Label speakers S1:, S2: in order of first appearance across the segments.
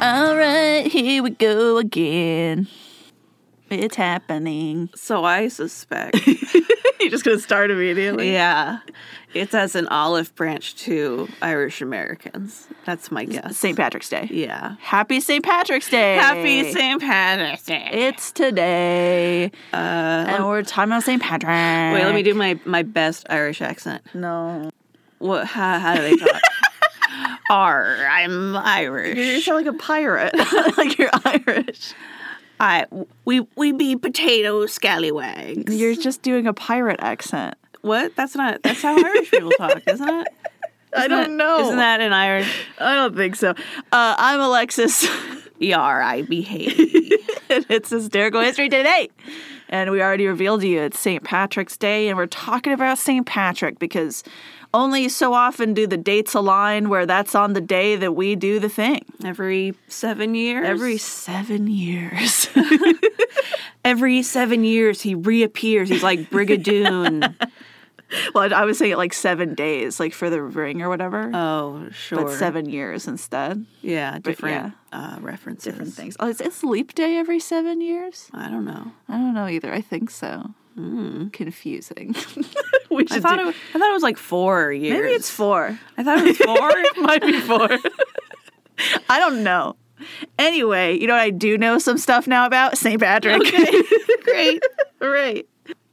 S1: All right, here we go again. It's happening.
S2: So I suspect.
S1: You're just gonna start immediately.
S2: yeah. It's as an olive branch to Irish Americans. That's my guess.
S1: St. Patrick's Day.
S2: Yeah.
S1: Happy St. Patrick's Day.
S2: Happy St. Patrick's Day.
S1: It's today,
S2: Uh,
S1: and we're talking about St. Patrick.
S2: wait, let me do my, my best Irish accent.
S1: No,
S2: What? How, how do they talk? R. I'm
S1: you
S2: Irish.
S1: sound like a pirate. like you're Irish.
S2: I we we be potato scallywags.
S1: You're just doing a pirate accent.
S2: what? That's not. That's how Irish people talk, isn't it?
S1: I don't
S2: Isn't that-
S1: know.
S2: Isn't that an Irish?
S1: I don't think so. Uh, I'm Alexis,
S2: Yar, I behave.
S1: and it's Hysterical History Today. And we already revealed to you it's St. Patrick's Day, and we're talking about St. Patrick because only so often do the dates align where that's on the day that we do the thing.
S2: Every seven years.
S1: Every seven years.
S2: every seven years he reappears. He's like Brigadoon.
S1: well, I would say like seven days, like for the ring or whatever,
S2: oh, sure.
S1: but seven years instead.
S2: Yeah, different Uh, references.
S1: Different things. Oh, it's, it's leap day every seven years?
S2: I don't know.
S1: I don't know either. I think so. Confusing. we should
S2: Hmm. I thought,
S1: do-
S2: it, I thought it was like four years.
S1: Maybe it's four.
S2: I thought it was four.
S1: Might be four. I don't know. Anyway, you know what I do know some stuff now about? St. Patrick.
S2: Great.
S1: right.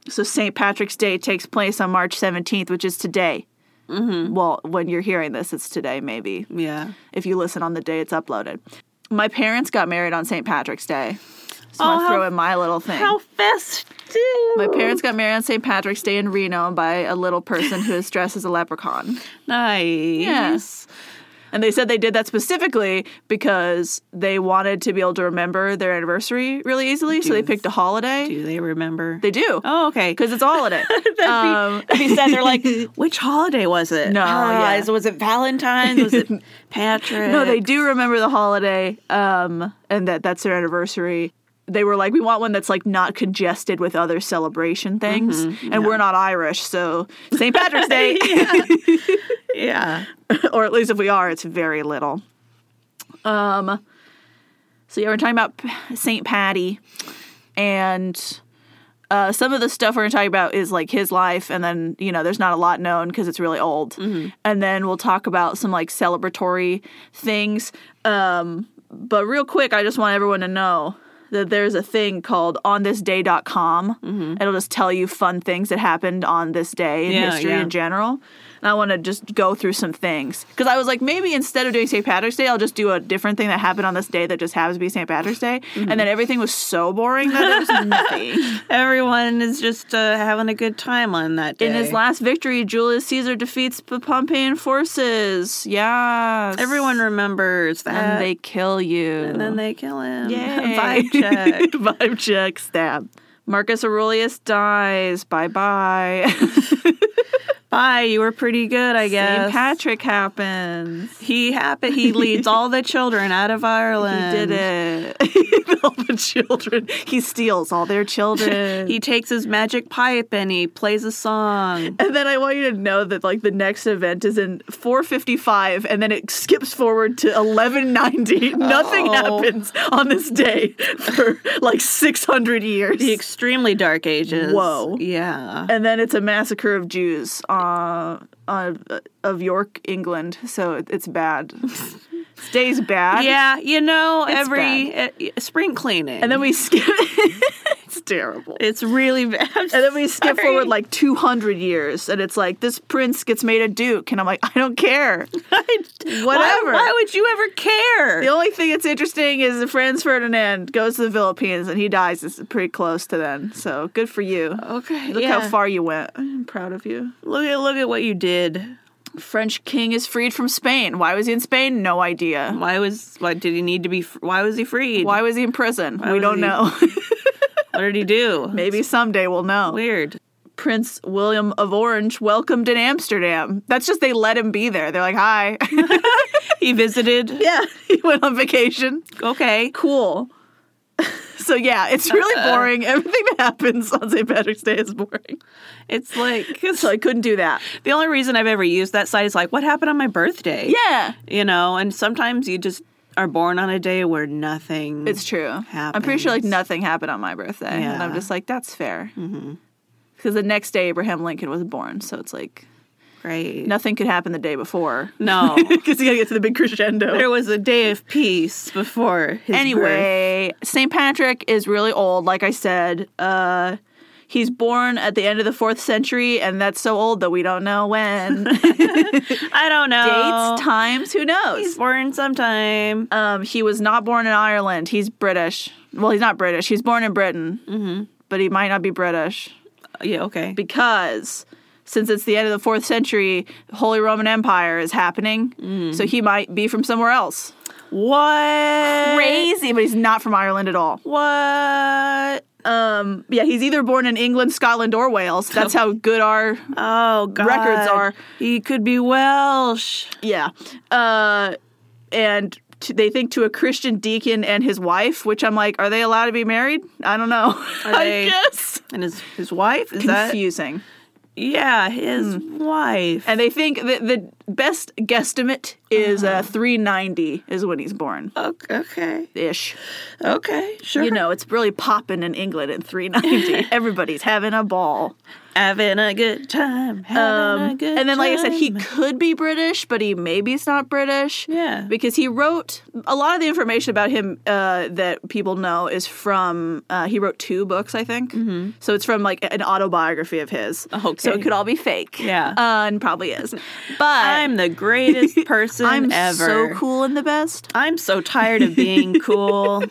S1: So St. Patrick's Day takes place on March 17th, which is today. Mm-hmm. Well, when you're hearing this, it's today, maybe.
S2: Yeah.
S1: If you listen on the day it's uploaded. My parents got married on St. Patrick's Day. So
S2: Oh,
S1: I'll
S2: how-
S1: throw in my little thing.
S2: How festive.
S1: My parents got married on St. Patrick's Day in Reno by a little person who is dressed as a leprechaun.
S2: Nice.
S1: Yes. And they said they did that specifically because they wanted to be able to remember their anniversary really easily. so they
S2: Do-
S1: picked a holiday.
S2: Do they remember?
S1: They do.
S2: oh, okay.
S1: Because it's a holiday. um,
S2: If he said they're like, which holiday was it?
S1: No,
S2: Ah,
S1: yeah.
S2: is- was it Valentine's? Was it Patrick?
S1: no, they do remember the holiday um, and that that's their anniversary. They were like, we want one that's like not congested with other celebration things. and we're not Irish, so St. Patrick's Day.
S2: Yeah.
S1: or at least if we are, it's very little. Um, so yeah, we're talking about P- Saint Patty, and uh, some of the stuff we're gonna talk about is like his life, and then you know, there's not a lot known because it's really old.
S2: Mm-hmm.
S1: And then we'll talk about some like celebratory things. Um, but real quick, I just want everyone to know. That there's a thing called onthisday.com. Mm-hmm. It'll just tell you fun things that happened on this day in
S2: Yeah,
S1: history
S2: yeah.
S1: in general. And I want to just go through some things because I was like, maybe instead of doing St. Patrick's Day, I'll just do a different thing that happened on this day that just happens to be St. Patrick's Day.
S2: Mm-hmm.
S1: And then everything was so boring that there was nothing.
S2: Everyone is just uh, having a good time on that day.
S1: In his last victory, Julius Caesar defeats the Pompeian forces. Yes.
S2: Everyone remembers that.
S1: And they kill you.
S2: And then they kill him.
S1: Yay.
S2: Vibe check.
S1: Vibe check. Stab. Marcus Aurelius dies. Bye bye.
S2: Bye. You were pretty good, I guess.
S1: St. Patrick happens.
S2: he happened. He leads all the children out of
S1: He
S2: Ireland.
S1: did it. all the children. He steals all their children.
S2: He takes his magic pipe and he plays a song.
S1: and then I want you to know that like the next event is in 455 and then it skips forward to 1190. Nothing
S2: Oh.
S1: happens on this day for like 600 years.
S2: The extremely dark ages.
S1: Whoa.
S2: Yeah.
S1: and then it's a massacre of Jews uh, of, of York, England. So it, it's bad. This day's bad.
S2: Yeah, you know,
S1: It's
S2: every uh, spring cleaning.
S1: And then we skip. it's terrible.
S2: it's really bad.
S1: And then we skip
S2: Sorry.
S1: forward like 200 years, and it's like this prince gets made a duke, and I'm like, I don't care.
S2: Whatever.
S1: Whatever.
S2: Why, would you ever care?
S1: the only thing that's interesting is that Franz Ferdinand goes to the Philippines, and he dies. It's pretty close to then, so good for you.
S2: okay.
S1: Look
S2: yeah.
S1: how far you went. I'm proud of you.
S2: Look at look at what you did.
S1: French king is freed from Spain. Why was he in Spain? No idea.
S2: Why was why did he need to be? fr- Why was he freed?
S1: Why was he in prison? we
S2: was
S1: don't
S2: he-
S1: know.
S2: What did he do?
S1: Maybe someday we'll know.
S2: Weird.
S1: Prince William of Orange welcomed in Amsterdam. That's just they let him be there. They're like, hi.
S2: He visited.
S1: yeah, he went on vacation.
S2: Okay.
S1: cool. So yeah, it's really boring. Everything that happens on St. Patrick's Day is boring.
S2: It's like
S1: So I couldn't do that.
S2: the only reason I've ever used that site is like, what happened on my birthday?
S1: Yeah.
S2: You know, and sometimes you just are born on a day where nothing.
S1: It's true. I'm pretty sure like
S2: happens.
S1: nothing happened on my birthday, and I'm
S2: Yeah. Mm-hmm.
S1: just like, that's fair. Because the next day Abraham Lincoln was born, so it's like
S2: great.
S1: nothing could happen the day before.
S2: No.
S1: Because you gotta get to the big crescendo.
S2: there was a day of peace before his birth.
S1: anyway, St. Patrick is really old, like I said. Uh, he's born at the end of the fourth century, and that's so old that we don't know when. Dates,
S2: I don't know.
S1: times, who
S2: He's
S1: knows?
S2: born sometime.
S1: Um, he was not born in Ireland. He's British. Well, he's not British. He's born in Britain, mm-hmm. but he might not be British
S2: yeah, okay.
S1: because. Since it's the end of the fourth century, Holy Roman Empire is happening, so he might be from somewhere else.
S2: What?
S1: Crazy, but he's not from Ireland at all.
S2: What?
S1: Um, yeah, he's either born in England, Scotland, or Wales. That's how good our
S2: Oh God!
S1: Records are-
S2: He could be Welsh.
S1: yeah. Uh, and t- they think to a Christian deacon and his wife, which I'm like, are they allowed to be married? I don't know.
S2: Are
S1: I
S2: they-
S1: guess
S2: And his his wife is that?
S1: confusing.
S2: Yeah, his wife.
S1: Hmm. And they think that the best guesstimate is
S2: Uh-huh.
S1: uh, 390 is when he's born
S2: Ok- okay,
S1: ish.
S2: okay, sure.
S1: You know, it's really popping in England in 390. Everybody's having a ball.
S2: having a good time.
S1: Um,
S2: Having a good
S1: and then, like I said, he
S2: time.
S1: could be British, but he maybe is not British.
S2: Yeah.
S1: Because he wrote a lot of the information about him uh, that people know is from, uh, he wrote two books, I think. Mm-hmm. So it's from like an autobiography of his.
S2: Okay.
S1: So it could all be fake.
S2: Yeah.
S1: Uh, and probably is. But
S2: I'm the greatest person
S1: I'm
S2: ever.
S1: so cool and the best.
S2: I'm so tired of being cool.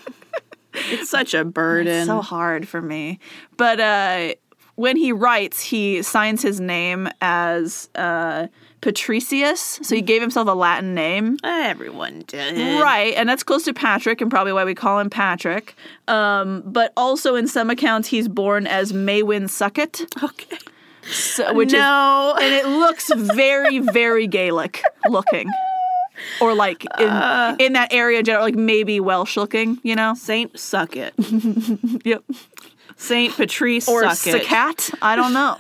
S2: it's such a burden.
S1: It's so hard for me. But uh, when he writes, he signs his name as uh, Patricius. So he gave himself a Latin name.
S2: Everyone did.
S1: Right, and that's close to Patrick, and probably why we call him Patrick. Um, but also, in some accounts, he's born as Maywin Suckett,
S2: Okay.
S1: so, which
S2: no.
S1: is, and it looks very, very Gaelic looking, or like in in that area in general, like maybe Welsh looking, you know?
S2: Saint Suckett.
S1: Yep.
S2: Saint Patrice
S1: Or
S2: Suckett.
S1: Sakat, I don't know.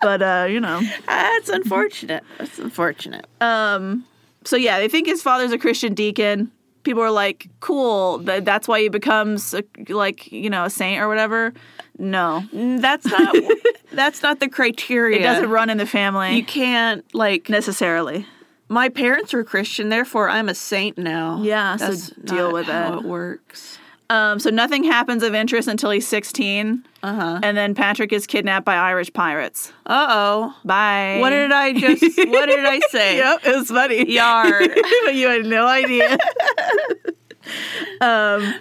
S1: but uh, you know,
S2: That's unfortunate. That's unfortunate.
S1: so yeah, they think his father's a Christian deacon. People are like, cool, th- that's why he becomes a, like you know a saint or whatever. No.
S2: That's not. that's not the criteria.
S1: It doesn't run in the family
S2: You can't like.
S1: necessarily.
S2: My parents were Christian, therefore I'm a saint now.
S1: Yeah, so
S2: that's
S1: deal
S2: not
S1: with
S2: how
S1: it.
S2: it works.
S1: Um, so nothing happens of interest until he's 16,
S2: Uh huh.
S1: and then Patrick is kidnapped by Irish pirates.
S2: Uh oh.
S1: Bye.
S2: What did I just? What did I say?
S1: Yep, it was funny.
S2: Yar.
S1: but you had no idea.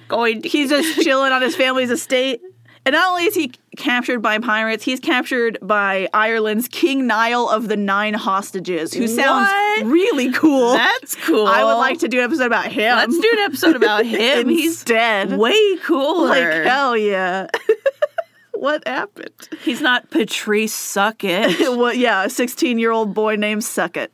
S2: Going. To,
S1: he's just chilling on his family's estate. And not only is he captured by pirates, he's captured by Ireland's King Niall of the Nine Hostages, who sounds
S2: What?
S1: really cool.
S2: that's cool.
S1: I would like to do an episode about him.
S2: Let's do an episode about him. He's
S1: dead.
S2: way cooler.
S1: Like hell yeah. what happened?
S2: He's not Patrice Suckett.
S1: Well, yeah, a 16 year old boy named Suckett.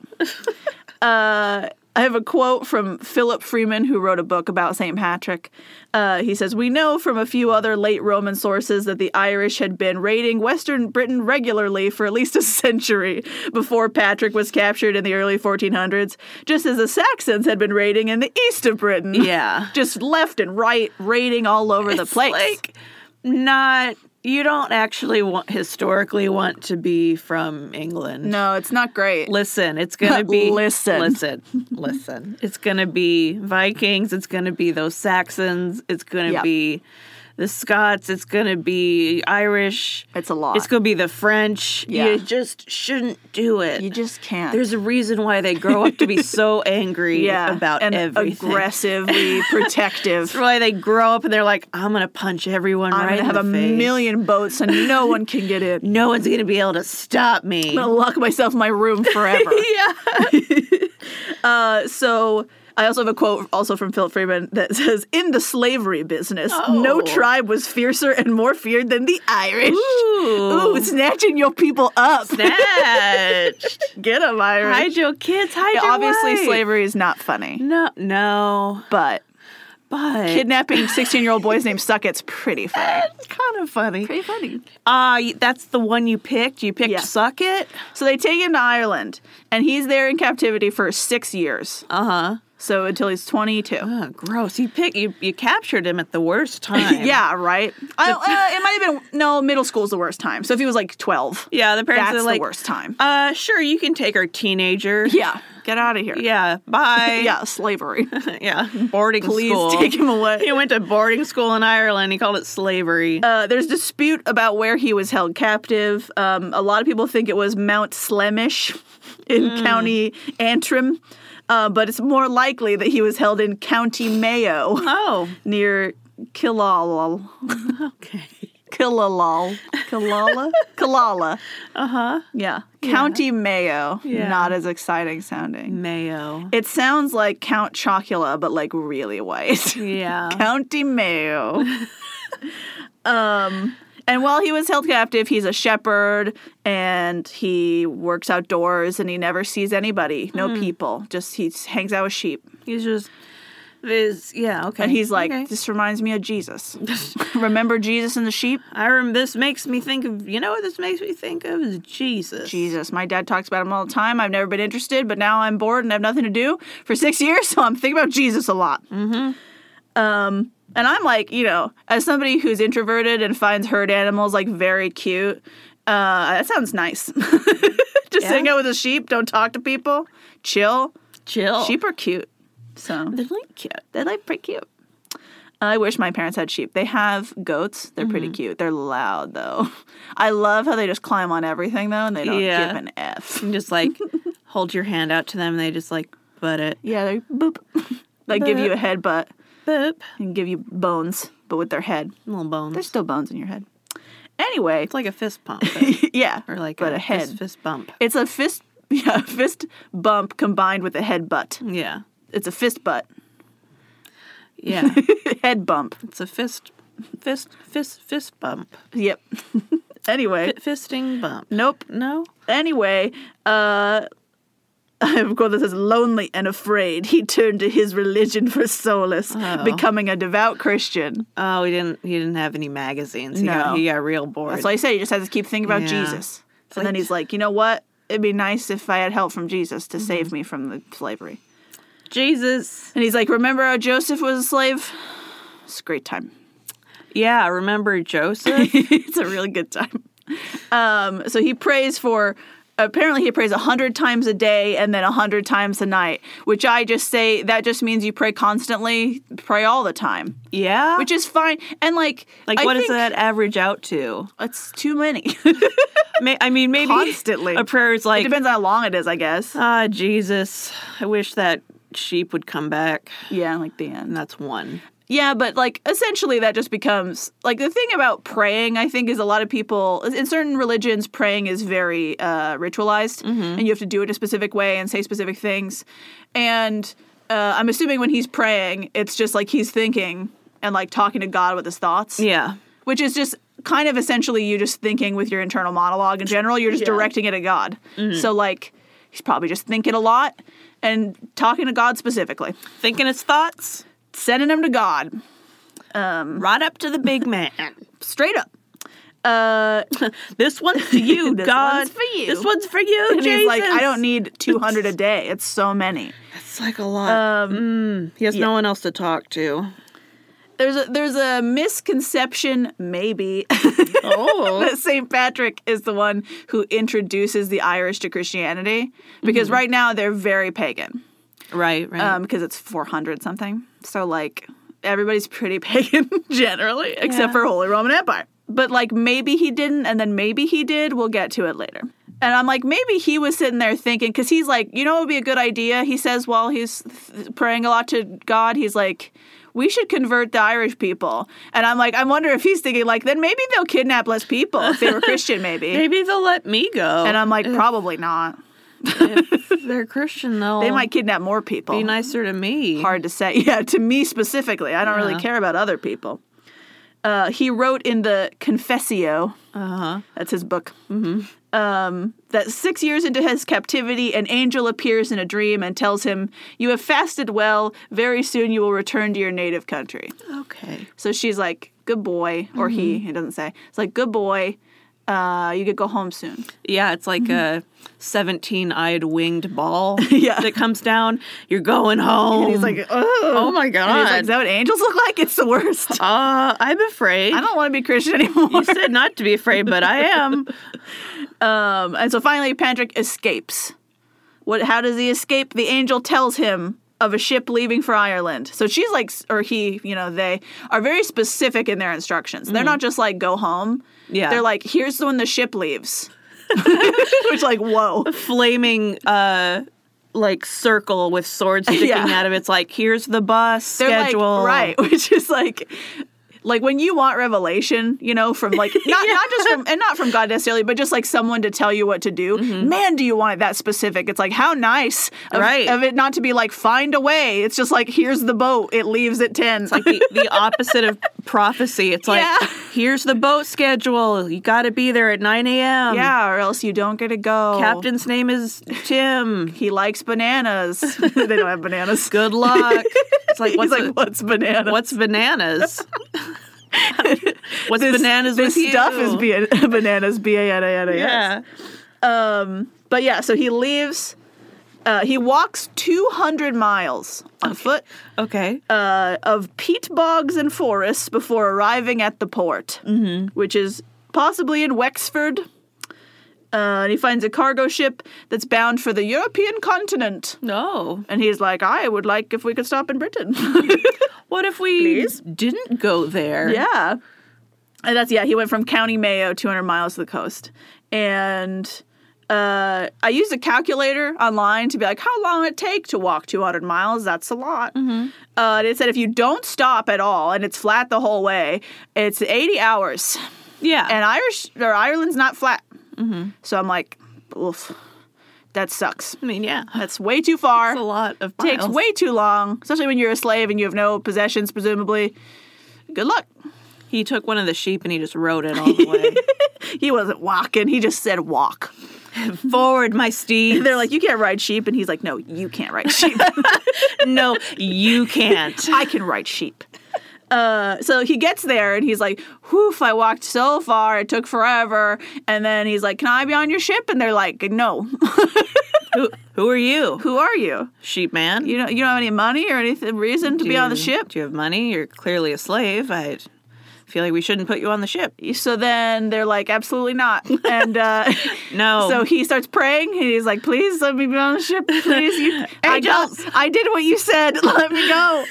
S1: uh, I have a quote from Philip Freeman, who wrote a book about St. Patrick. Uh, he says, We know from a few other late Roman sources that the Irish had been raiding Western Britain regularly for at least a century before Patrick was captured in the early 1400s, just as the Saxons had been raiding in the east of Britain.
S2: yeah.
S1: Just left and right, raiding all over the
S2: It's
S1: place.
S2: Like, not you don't actually want historically want to be from England.
S1: no, it's not great.
S2: Listen, it's gonna be
S1: Listen.
S2: listen, listen. It's gonna be Vikings. It's gonna be those Saxons. It's gonna
S1: Yep.
S2: be the Scots. It's gonna be Irish.
S1: It's a lot.
S2: It's gonna be the French.
S1: Yeah.
S2: You just shouldn't do it.
S1: you just can't.
S2: There's a reason why they grow up to be so angry
S1: yeah,
S2: about
S1: and
S2: everything.
S1: aggressively protective.
S2: That's why they grow up and they're like, I'm gonna punch everyone
S1: I'm
S2: right
S1: gonna
S2: in
S1: have
S2: the
S1: a
S2: face.
S1: million boats and no one can get in.
S2: no one's gonna be able to stop me.
S1: I'm gonna lock myself in my room forever.
S2: Yeah.
S1: Uh, so I also have a quote also from Phil Freeman that says, "In the slavery business, no
S2: Oh.
S1: tribe was fiercer and more feared than the Irish.
S2: Ooh.
S1: Ooh, snatching your people up,
S2: Snatched.
S1: get them, Irish.
S2: hide your kids. Hide
S1: Yeah,
S2: your
S1: Obviously,
S2: wife.
S1: slavery is not funny,
S2: No, no,
S1: but
S2: but
S1: kidnapping 16 year old boys named Suckett's pretty funny.
S2: It's kind of funny.
S1: Pretty funny.
S2: Ah, y that's the one you picked. You picked
S1: Yeah.
S2: suck it.
S1: So they take him to Ireland, and he's there in captivity for six years.
S2: Uh huh.
S1: So until he's 22.
S2: Oh, gross. You pick you you captured him at the worst time.
S1: yeah, right. I, uh, it might have been no. Middle school's the worst time. So if he was like 12,
S2: Yeah, the parents
S1: that's
S2: are like
S1: the worst time.
S2: Uh sure, you can take our teenager.
S1: yeah, get out of here.
S2: Yeah. Bye.
S1: yeah, slavery.
S2: yeah. Boarding
S1: Please
S2: school.
S1: take him away.
S2: He went to boarding school in Ireland. He called it slavery.
S1: Uh, there's dispute about where he was held captive. Um, a lot of people think it was Mount Slemish in
S2: Mm.
S1: County Antrim, uh, but it's more likely that he was held in County Mayo
S2: oh.
S1: near Killala.
S2: Okay.
S1: Killala. Killala? Killala. Uh huh. Yeah. County Mayo.
S2: Uh-huh. Yeah.
S1: Not as exciting sounding.
S2: Mayo.
S1: It sounds like Count Chocula, but like really white.
S2: Yeah.
S1: County Mayo. um, and while he was held captive, he's a shepherd and he works outdoors and he never sees anybody, no
S2: Hmm.
S1: people. Just he hangs out with sheep.
S2: He's just this yeah, okay.
S1: And he's like,
S2: Okay.
S1: this reminds me of Jesus. Remember Jesus and the sheep?
S2: I remember this makes me think of you know what this makes me think of is Jesus.
S1: Jesus, my dad talks about him all the time. I've never been interested, but now I'm bored and have nothing to do for six years, so I'm thinking about Jesus a lot. Mm-hmm. Um, and I'm like, you know, as somebody who's introverted and finds herd animals like very cute, uh, that sounds nice. Just
S2: Yeah.
S1: hang out with the sheep, don't talk to people, chill.
S2: Chill.
S1: Sheep are cute, so
S2: They're like cute.
S1: they're like pretty cute. I wish my parents had sheep. They have goats. They're pretty
S2: Mm-hmm.
S1: cute. They're loud though. I love how they just climb on everything though, and they don't
S2: Yeah.
S1: give an f.
S2: And just like hold your hand out to them and they just like butt it.
S1: Yeah, they boop. they give you a headbutt
S2: Boop.
S1: and give you bones, but with their head.
S2: Little bones.
S1: There's still bones in your head. Anyway,
S2: it's like a fist pump. but-
S1: yeah,
S2: Or like
S1: but a,
S2: a,
S1: head.
S2: Fist, fist bump.
S1: It's a fist, yeah, a fist bump combined with a head butt.
S2: Yeah.
S1: It's a fist butt,
S2: Yeah.
S1: head bump.
S2: it's a fist fist fist fist bump.
S1: Yep. anyway,
S2: F- fisting bump.
S1: nope.
S2: No?
S1: Anyway, uh, of course, this is lonely and afraid. He turned to his religion for solace, becoming a devout Christian.
S2: Oh, he didn't he didn't have any magazines. He
S1: No.
S2: got he got real bored.
S1: That's why I say you just have to keep thinking about
S2: Yeah.
S1: Jesus.
S2: It's
S1: and then
S2: like-
S1: he's like, you know what? It'd be nice if I had help from Jesus to save
S2: Mm-hmm.
S1: me from the slavery.
S2: Jesus.
S1: And he's like, remember how Joseph was a slave? It's a great time.
S2: Yeah, remember Joseph?
S1: it's a really good time. Um, so he prays for. Apparently, he prays a hundred times a day and then a hundred times a night. Which I just say that just means you pray constantly, pray all the time,
S2: yeah.
S1: which is fine. And like,
S2: like
S1: I
S2: what does
S1: think
S2: that average out to?
S1: It's too many.
S2: May, I mean maybe
S1: Constantly.
S2: a prayer is
S1: it
S2: like
S1: depends on how long it is, I guess.
S2: Ah, Jesus. I wish that sheep would come back.
S1: Yeah, like the end.
S2: And that's one.
S1: Yeah, but like essentially that just becomes like the thing about praying, I think, is a lot of people in certain religions, praying is very uh, ritualized
S2: Mm-hmm.
S1: and you have to do it a specific way and say specific things. And uh, I'm assuming when he's praying, it's just like he's thinking and like talking to God with his thoughts,
S2: Yeah.
S1: which is just kind of essentially you just thinking with your internal monologue in general, you're just
S2: Yeah. Mm-hmm.
S1: directing it at God. So like he's probably just thinking a lot and talking to God specifically,
S2: Thinking his thoughts
S1: sending him to God.
S2: right up to the big man.
S1: straight up. Uh,
S2: this one's for you,
S1: This
S2: God.
S1: one's for you.
S2: This one's for you,
S1: and
S2: Jesus.
S1: he's like, I don't need 200 a day. It's so many.
S2: It's like a lot. Um, he has no one else to talk to.
S1: There's a there's a misconception, maybe,
S2: Oh.
S1: that St. Patrick is the one who introduces the Irish to Christianity because right now they're very pagan
S2: right, right.
S1: um, because it's 400 something. So like everybody's pretty pagan generally, except
S2: Yeah.
S1: for Holy Roman Empire. But like maybe he didn't, and then maybe he did. We'll get to it later. And I'm like, maybe he was sitting there thinking, because he's like, you know, it would be a good idea. He says while he's th- praying a lot to God, he's like, we should convert the Irish people. And I'm like, I wonder if he's thinking, like, then maybe they'll kidnap less people if they were Christian, maybe.
S2: Maybe they'll let me go.
S1: And I'm like, probably not.
S2: if they're Christian, they'll
S1: They might kidnap more people.
S2: be nicer to me.
S1: hard to say. Yeah, to me specifically, I don't really
S2: Yeah.
S1: care about other people. Uh, he wrote in the Confessio,
S2: Uh-huh.
S1: that's his book, um, that six years into his captivity, an angel appears in a dream and tells him, You have fasted well, very soon you will return to your native country.
S2: Okay.
S1: Mm-hmm. So she's like, Good boy, or he, it doesn't say. It's like, Good boy, uh, you could go home soon.
S2: Yeah, it's like a 17 eyed winged ball
S1: Mm-hmm. Yeah.
S2: that comes down. You're going home.
S1: And he's like, oh.
S2: oh my
S1: And he's like,
S2: God.
S1: is that what angels look like? It's the worst.
S2: uh, I'm afraid.
S1: I don't want to be Christian anymore.
S2: you said not to be afraid, but I am.
S1: Um, and so finally, Patrick escapes. What? How does he escape? The angel tells him of a ship leaving for Ireland. So she's like, or he, you know, they are very specific in their instructions. They're not just like go home.
S2: Yeah.
S1: They're like, here's when the ship leaves. Which like, whoa.
S2: Flaming, uh, like circle with swords sticking
S1: Yeah.
S2: out of it. It's like, here's the bus
S1: They're
S2: schedule.
S1: like, right? Which is like. Like when you want revelation, you know, from like not not just from and not from God necessarily, but just like someone to tell you what to do. Man, do you want it that specific? It's like how nice of,
S2: Mm-hmm. Right.
S1: of it not to be like find a way. It's just like here's the boat. It leaves at ten.
S2: Like the, the opposite of prophecy. It's like,
S1: Yeah.
S2: here's the boat schedule. You got to be there at 9 a.m.
S1: yeah, or else you don't get to go.
S2: Captain's name is Tim.
S1: he likes bananas. they don't have bananas.
S2: Good luck. It's like, what's
S1: He's like,
S2: a-
S1: what's banana?
S2: What's bananas? What's bananas
S1: this
S2: with you?
S1: stuff is B- bananas. B a n a n a s.
S2: yeah.
S1: But yeah, so he leaves. Uh, he walks 200 miles on foot
S2: Okay.
S1: uh, of peat bogs and forests before arriving at the port, mm-hmm. which is possibly in Wexford. Uh, and he finds a cargo ship that's bound for the European continent.
S2: No.
S1: And he's like, I would like if we could stop in Britain.
S2: What if we
S1: Please?
S2: didn't go there?
S1: yeah. And that's, yeah, he went from County Mayo 200 miles to the coast. And uh, I used a calculator online to be like, how long it take to walk 200 miles? That's a lot.
S2: Mm-hmm.
S1: Uh, and it said if you don't stop at all and it's flat the whole way, it's 80 hours.
S2: Yeah.
S1: And Irish or Ireland's not flat.
S2: Mm-hmm.
S1: So I'm like, oof, that sucks.
S2: I mean, yeah.
S1: That's way too far.
S2: That's a lot of miles.
S1: takes way too long, especially when you're a slave and you have no possessions, presumably. Good luck.
S2: He took one of the sheep and he just rode it all the way.
S1: He wasn't walking. He just said walk.
S2: Forward, my Steve.
S1: They're like, you can't ride sheep. And he's like, no, you can't ride sheep.
S2: no, you can't.
S1: I can ride sheep. Uh, so he gets there and he's like, whoof, I walked so far. It took forever. And then he's like, can I be on your ship? And they're like, no.
S2: who, who are you,
S1: Who are you?
S2: sheep man?
S1: You don't, you don't have any money or anything reason to be on the ship?
S2: Do you have money? You're clearly a slave. I feel like we shouldn't put you on the ship.
S1: So then they're like, absolutely not. And uh,
S2: No.
S1: so he starts praying and he's like, please let me be on the ship. Please. You, I, got,
S2: Angels.
S1: I did what you said. Let me go.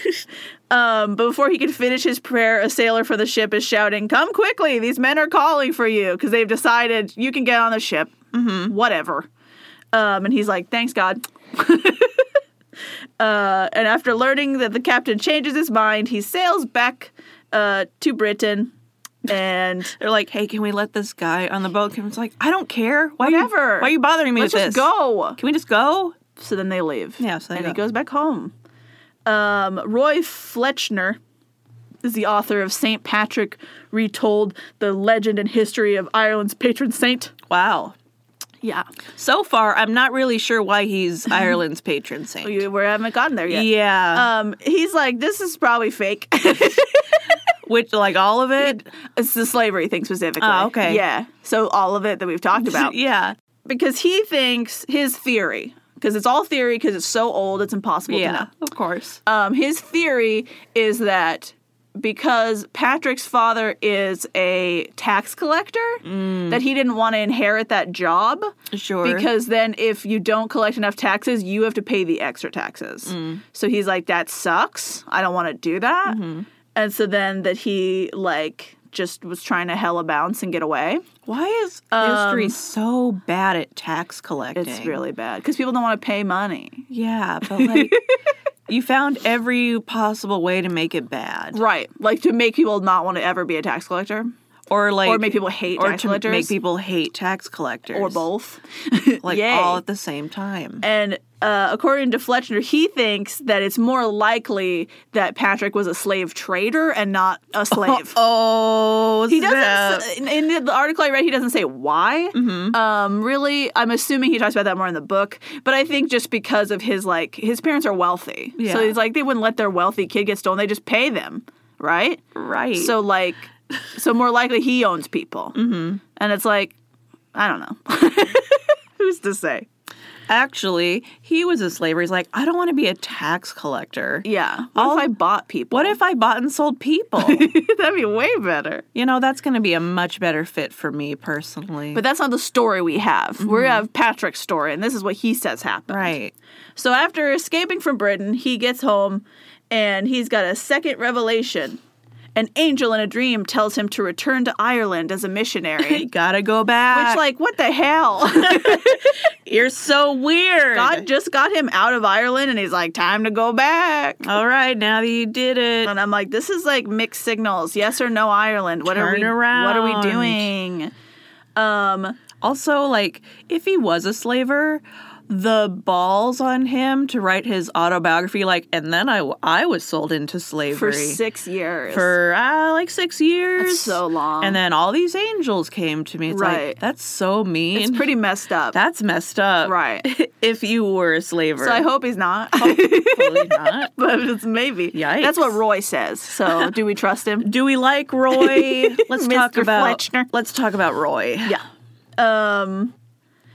S1: Um, but before he can finish his prayer, a sailor for the ship is shouting, come quickly. These men are calling for you because they've decided you can get on the ship. Mm-hmm. Whatever. Um, and he's like, thanks, God. Uh, and after learning that the captain changes his mind, he sails back uh, to Britain. And
S2: They're like, hey, can we let this guy on the boat? Kim was like, I don't care. Why Are
S1: Whatever.
S2: you, why are you bothering me
S1: let's
S2: with
S1: just
S2: this?
S1: go.
S2: Can we just go?
S1: So then they leave.
S2: Yeah, so they
S1: and he
S2: go.
S1: goes back home. Um, Roy Fletchner is the author of St. Patrick Retold, the legend and history of Ireland's patron saint.
S2: Wow.
S1: Yeah.
S2: So far, I'm not really sure why he's Ireland's patron saint.
S1: We, we haven't gotten there yet.
S2: yeah.
S1: Um, he's like, this is probably fake.
S2: Which, like, all of it?
S1: it's the slavery thing specifically.
S2: Oh, okay.
S1: Yeah. So all of it that we've talked about.
S2: Yeah.
S1: Because he thinks his theory, because it's all theory because it's so old, it's impossible to know.
S2: Yeah. Of course.
S1: um, his theory is that because Patrick's father is a tax collector, that he didn't want to inherit that job.
S2: Mm. Sure.
S1: Because then, if you don't collect enough taxes, you have to pay the extra taxes.
S2: Mm.
S1: So he's like, that sucks. I don't want to do that.
S2: Mm-hmm.
S1: And so then that he, like, just was trying to hell a bounce and get away.
S2: why is history so bad at tax collecting?
S1: It's really bad because people don't want to pay money.
S2: Yeah, but like, you found every possible way to make it bad.
S1: Right. Like to make people not want to ever be a tax collector
S2: Or, like,
S1: or make people hate
S2: or
S1: tax
S2: to
S1: collectors.
S2: make people hate tax collectors.
S1: or both.
S2: Like,
S1: Yay.
S2: all at the same time.
S1: And uh, according to Fletchner, he thinks that it's more likely that Patrick was a slave trader and not a slave.
S2: Oh,
S1: He doesn't. s- In, in the article I read, he doesn't say why. Um, really, I'm assuming he talks about that more in the book. But I think just because of his like, his parents are wealthy,
S2: Yeah.
S1: so he's like they wouldn't let their wealthy kid get stolen. They just pay them, right?
S2: Right.
S1: So like, so more likely he owns people. Mm-hmm. And it's like, I don't know. Who's to say?
S2: Actually, he was a slaver. He's like, I don't want to be a tax collector.
S1: Yeah. What if I bought people?
S2: What if I bought and sold people?
S1: That'd be way better.
S2: you know, that's going to be a much better fit for me personally.
S1: But that's not the story we have. We have Patrick's story, and this is what he says happened.
S2: Mm-hmm. right.
S1: So after escaping from Britain, he gets home and he's got a second revelation. An angel in a dream tells him to return to Ireland as a missionary.
S2: You gotta go back.
S1: Which, like, what the hell?
S2: you're so weird.
S1: God just got him out of Ireland and he's like, time to go back.
S2: All right, now that you did it.
S1: And I'm like, this is like mixed signals. Yes or no, Ireland. What are we
S2: Turn
S1: what are
S2: around.
S1: we doing? Um
S2: Also, like, if he was a slaver, the balls on him to write his autobiography, like, and then I, I was sold into slavery
S1: for six years.
S2: for, uh, like six years.
S1: That's so long.
S2: And then all these angels came to me. It's
S1: Um, Right.
S2: like, that's so mean.
S1: it's pretty messed up.
S2: that's messed up.
S1: right.
S2: if you were a slaver.
S1: So I hope he's not.
S2: Hopefully not.
S1: but it's maybe.
S2: Yikes.
S1: That's what Roy says. So do we trust him?
S2: Do we like Roy? Let's talk
S1: Mr.
S2: about
S1: Fletchner.
S2: Let's talk about Roy.
S1: Yeah. Um,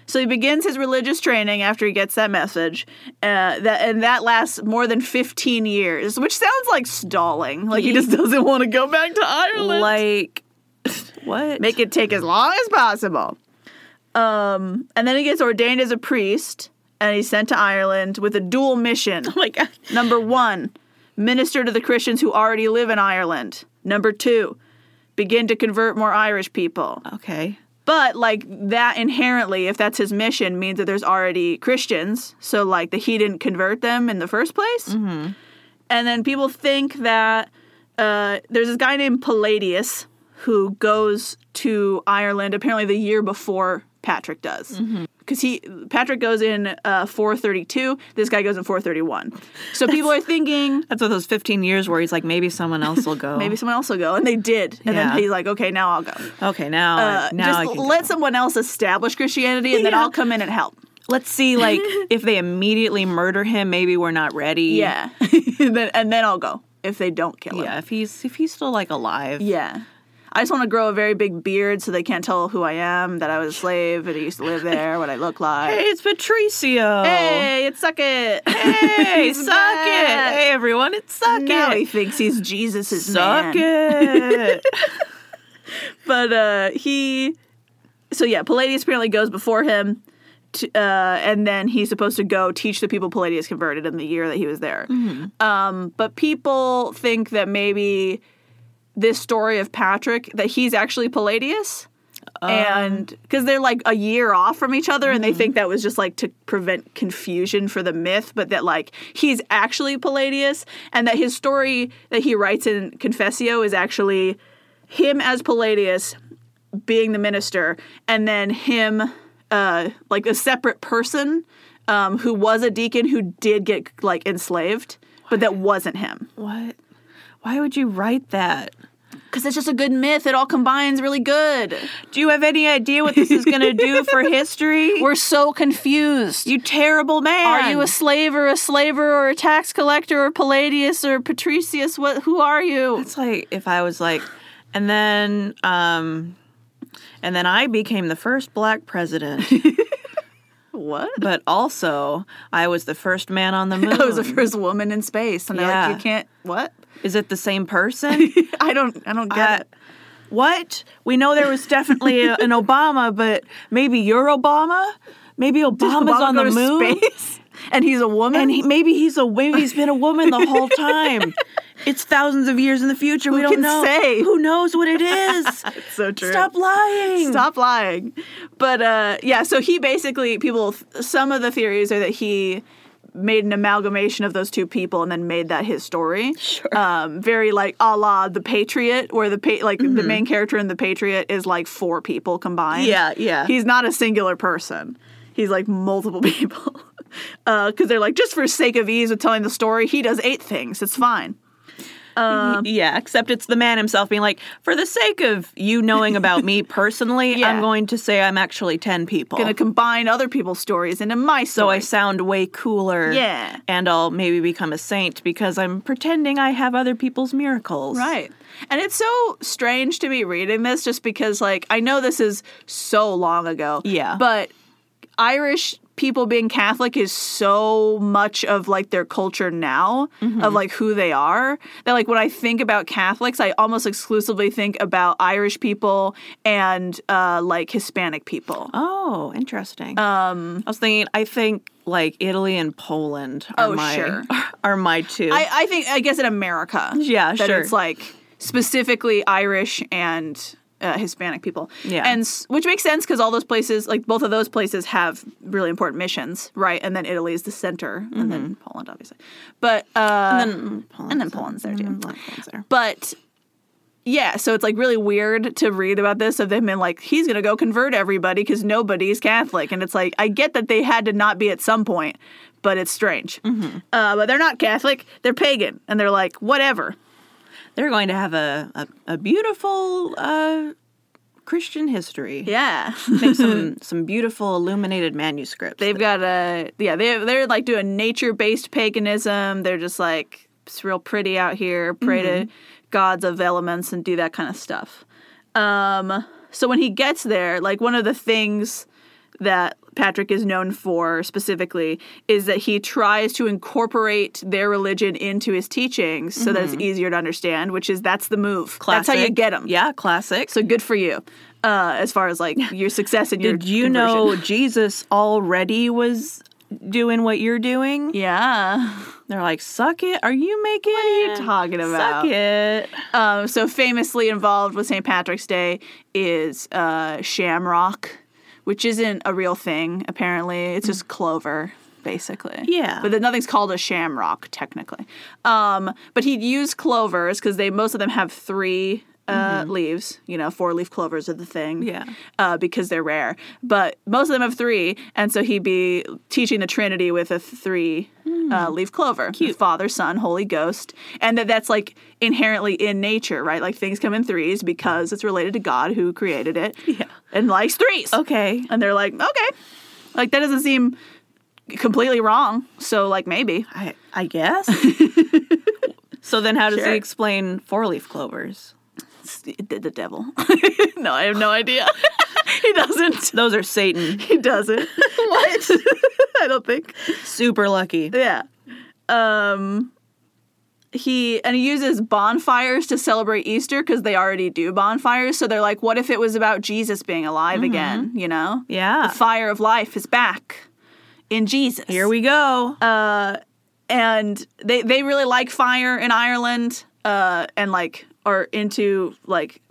S1: so he begins his religious training after he gets that message, uh, that and that lasts more than fifteen years, which sounds like stalling. Like he just doesn't want to go back to Ireland.
S2: Like what?
S1: Make it take as long as possible. Um, and then he gets ordained as a priest, and he's sent to Ireland with a dual mission.
S2: oh my god.
S1: Number one, minister to the Christians who already live in Ireland. Number two, begin to convert more Irish people.
S2: Okay.
S1: But like that inherently, if that's his mission, means that there's already Christians. So like that he didn't convert them in the first place. And then people think that uh, there's this guy named Palladius who goes to Ireland apparently the year before Patrick does. Because he Patrick goes in uh, 432, this guy goes in 431. So people are thinking
S2: That's what those 15 years where he's like, maybe someone else will go.
S1: maybe someone else will go, and they did. And
S2: Yeah.
S1: then he's like, okay, now I'll go.
S2: Okay, now,
S1: Uh,
S2: now I
S1: just
S2: can-
S1: let someone else establish Christianity, and then
S2: Yeah.
S1: I'll come in and help.
S2: let's see, like, if they immediately murder him, maybe we're not ready.
S1: Yeah, and, then, and then I'll go if they don't kill him.
S2: Yeah. If he's if he's still like alive.
S1: Yeah. I just want to grow a very big beard so they can't tell who I am, that I was a slave, and I used to live there, what I look like.
S2: Hey, it's Patricio.
S1: Hey, it's suck it.
S2: Hey,
S1: He's
S2: suck
S1: back.
S2: it. Hey, everyone, it's suck
S1: Now
S2: it.
S1: he thinks he's Jesus'
S2: suck
S1: man.
S2: it.
S1: But uh, he, so yeah, Palladius apparently goes before him, to, uh, and then he's supposed to go teach the people Palladius converted in the year that he was there. Um, but people think that maybe this story of Patrick that he's actually Palladius. and because they're like a year off from each other, and they think that was just like to prevent confusion for the myth, but that like he's actually Palladius, and that his story that he writes in Confessio is actually him as Palladius being the minister, and then him uh, like a separate person um, who was a deacon who did get like enslaved, but that wasn't him.
S2: what? Why would you write that?
S1: Because it's just a good myth; it all combines really good.
S2: Do you have any idea what this is going to do for history?
S1: We're so confused.
S2: you terrible man.
S1: Are you a slave or a slaver or a tax collector or Palladius or Patricius? What? Who are you?
S2: It's like if I was like, and then, um, and then I became the first black president,
S1: What?
S2: but also I was the first man on the moon.
S1: I was the first woman in space, and they're
S2: Yeah.
S1: like, you can't. What?
S2: Is it the same person?
S1: I don't. I don't get
S2: Uh, what? We know there was definitely a, an Obama, but maybe you're Obama. Maybe
S1: it.
S2: Obama's
S1: Obama
S2: on the
S1: go to
S2: moon,
S1: space, and he's a woman.
S2: and he, maybe he's a wo- he's been a woman the whole time. it's thousands of years in the future. we don't
S1: can
S2: know.
S1: say?
S2: Who knows what it is?
S1: so true.
S2: Stop lying.
S1: Stop lying. But uh, yeah, so he basically people. Some of the theories are that he made an amalgamation of those two people and then made that his story. Sure. Um, very like a la the Patriot, where the pa- like
S2: Mm-hmm.
S1: the main character in the Patriot is like four people combined.
S2: Yeah, yeah.
S1: He's not a singular person. He's like multiple people. Uh, Because they're like, just for sake of ease of telling the story, he does eight things. It's fine.
S2: yeah, except it's the man himself being like, for the sake of you knowing about me personally,
S1: Yeah.
S2: I'm going to say I'm actually 10 people.
S1: Gonna combine other people's stories into my
S2: Oh. so I
S1: story.
S2: sound way cooler.
S1: Yeah.
S2: And I'll maybe become a saint because I'm pretending I have other people's miracles.
S1: Right. And it's so strange to be reading this just because, like, I know this is so long ago.
S2: Yeah.
S1: But Irish people being Catholic is so much of, like, their culture now, of, like, who they are, that, like, when I think about Catholics, I almost exclusively think about Irish people and, uh, like, Hispanic people.
S2: Oh, interesting. Um, I was thinking, I think like Italy and Poland are
S1: Oh,
S2: my
S1: sure.
S2: are my two.
S1: I, I think, I guess in America.
S2: Yeah,
S1: that
S2: sure.
S1: It's like specifically Irish and uh, Hispanic people.
S2: Yeah.
S1: And s- which makes sense because all those places, like both of those places, have really important missions, right? And then Italy is the center, and then Poland, obviously. But, uh,
S2: Mm-hmm. and
S1: and then
S2: then Poland's, Mm-hmm.
S1: Poland's there, too.
S2: and then Poland's there.
S1: but yeah, so it's like really weird to read about this of them and like, he's going to go convert everybody because nobody's Catholic. And it's like, I get that they had to not be at some point, but it's strange. Uh, but they're not Catholic, they're pagan. And they're like, whatever.
S2: They're going to have a a, a beautiful uh, Christian history.
S1: Yeah.
S2: Make some some beautiful illuminated manuscripts.
S1: They've got a yeah. They they're like doing nature based paganism. They're just like it's real pretty out here. Pray
S2: Mm-hmm.
S1: to gods of elements and do that kind of stuff. Um, so when he gets there, like one of the things that Patrick is known for specifically is that he tries to incorporate their religion into his teachings so that it's easier to understand. Which is that's the move.
S2: Mm-hmm. classic.
S1: That's how you get them.
S2: Yeah, classic.
S1: So good for you. Uh, as far as like your success and your
S2: Did you
S1: conversion.
S2: know Jesus already was doing what you're doing?
S1: Yeah.
S2: They're like, suck it. Are you making? What are
S1: talking about?
S2: Suck it.
S1: Um, so famously involved with St. Patrick's Day is uh, shamrock, which isn't a real thing apparently. It's just clover, basically.
S2: Yeah.
S1: but then nothing's called a shamrock technically. Um, but he'd use clovers because they most of them have three. Uh, Leaves, you know, four leaf clovers are the thing.
S2: Mm-hmm. Yeah.
S1: Uh, because they're rare. But most of them have three. And so he'd be teaching the Trinity with a three uh, leaf clover Father, Son, Holy Ghost. And that that's like inherently in nature, right? Like things come in threes because it's related to God who created it
S2: Yeah.
S1: and likes threes.
S2: Okay.
S1: And they're like, okay. Like that doesn't seem completely wrong. So, like, maybe.
S2: I, I guess. so then, how does
S1: Sure.
S2: he explain four leaf clovers?
S1: It's the, the devil. no, I have no idea. he doesn't.
S2: Those are Satan.
S1: He doesn't. what? I don't think.
S2: Super lucky.
S1: Yeah. Um he and he uses bonfires to celebrate Easter because they already do bonfires. So they're like, what if it was about Jesus being alive again? You know?
S2: Yeah.
S1: The fire of life is back in Jesus.
S2: Ah.
S1: Uh,
S2: Here we go.
S1: and they they really like fire in Ireland, uh, and like are into like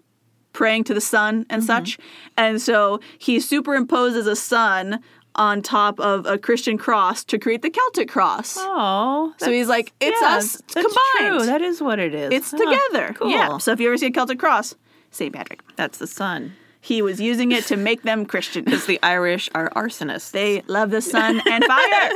S1: praying to the sun
S2: Mm-hmm.
S1: and such. And so he superimposes a sun on top of a Christian cross to create the Celtic cross.
S2: oh.
S1: So he's like, it's
S2: yeah,
S1: us
S2: that's
S1: combined.
S2: True. That is what it is.
S1: it's
S2: Huh,
S1: together.
S2: Cool.
S1: Yeah. So if you ever see a Celtic cross, St. Patrick.
S2: That's the sun.
S1: He was using it to make them Christian.
S2: Because the Irish are arsonists.
S1: They love the sun and fire.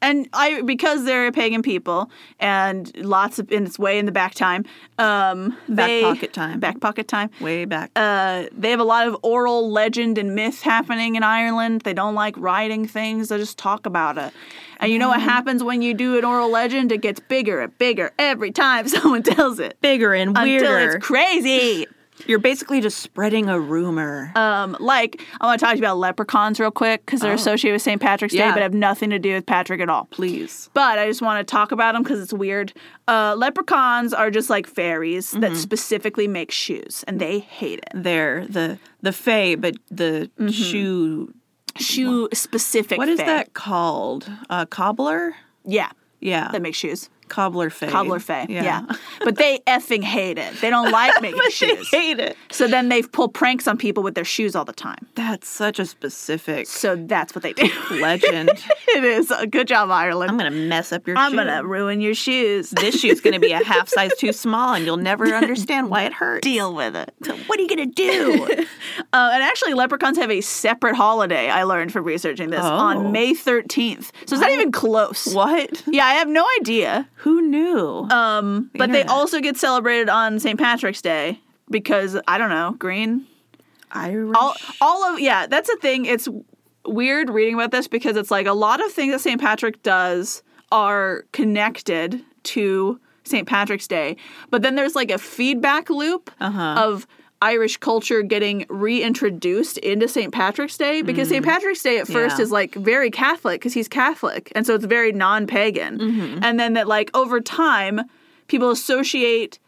S1: and I because they're a pagan people and lots of and it's way in the back time. Um
S2: Back
S1: they-
S2: pocket time.
S1: Back pocket time.
S2: way back.
S1: Uh, they have a lot of oral legend and myth happening in Ireland. They don't like writing things, they just talk about it. And you know what happens when you do an oral legend? It gets bigger and bigger every time someone tells it.
S2: Bigger and weirder.
S1: Until it's crazy.
S2: You're basically just spreading a rumor.
S1: Um, like I want to talk to you about leprechauns real quick because they're associated with St. Patrick's Day,
S2: Oh. Yeah.
S1: but have nothing to do with Patrick at all.
S2: Please.
S1: But I just want to talk about them because it's weird. Uh, leprechauns are just like fairies that specifically make shoes, and they hate it.
S2: They're the the fae, but the
S1: Mm-hmm.
S2: shoe.
S1: Shoe specific.
S2: What is
S1: fae.
S2: that called? Uh, cobbler.
S1: Yeah,
S2: Yeah.
S1: that makes shoes.
S2: cobbler fae.
S1: Cobbler fae. Yeah. but they effing hate it. They don't like making shoes.
S2: hate it.
S1: So then they pull pranks on people with their shoes all the time.
S2: That's such a specific
S1: So that's what they do.
S2: legend.
S1: it is Uh, good job, Ireland.
S2: I'm gonna mess up your.
S1: I'm
S2: shoe.
S1: gonna ruin your shoes.
S2: This shoe's gonna be a half size too small, and you'll never understand why it hurts.
S1: Deal with it.
S2: What are you gonna do?
S1: Uh, and actually, leprechauns have a separate holiday. I learned from researching this
S2: Oh.
S1: on May 13th. So it's not even close.
S2: what?
S1: Yeah, I have no idea.
S2: Who knew?
S1: Um, but they
S2: internet.
S1: also get celebrated on St. Patrick's Day because I don't know, green.
S2: Irish.
S1: All, all of yeah, that's a thing. It's weird reading about this because it's like a lot of things that St. Patrick does are connected to St. Patrick's Day, but then there's like a feedback loop of Irish culture getting reintroduced into St. Patrick's Day because St. Patrick's Day at first
S2: Yeah.
S1: is like very Catholic because he's Catholic, and so it's very non-pagan, and then that like over time people associate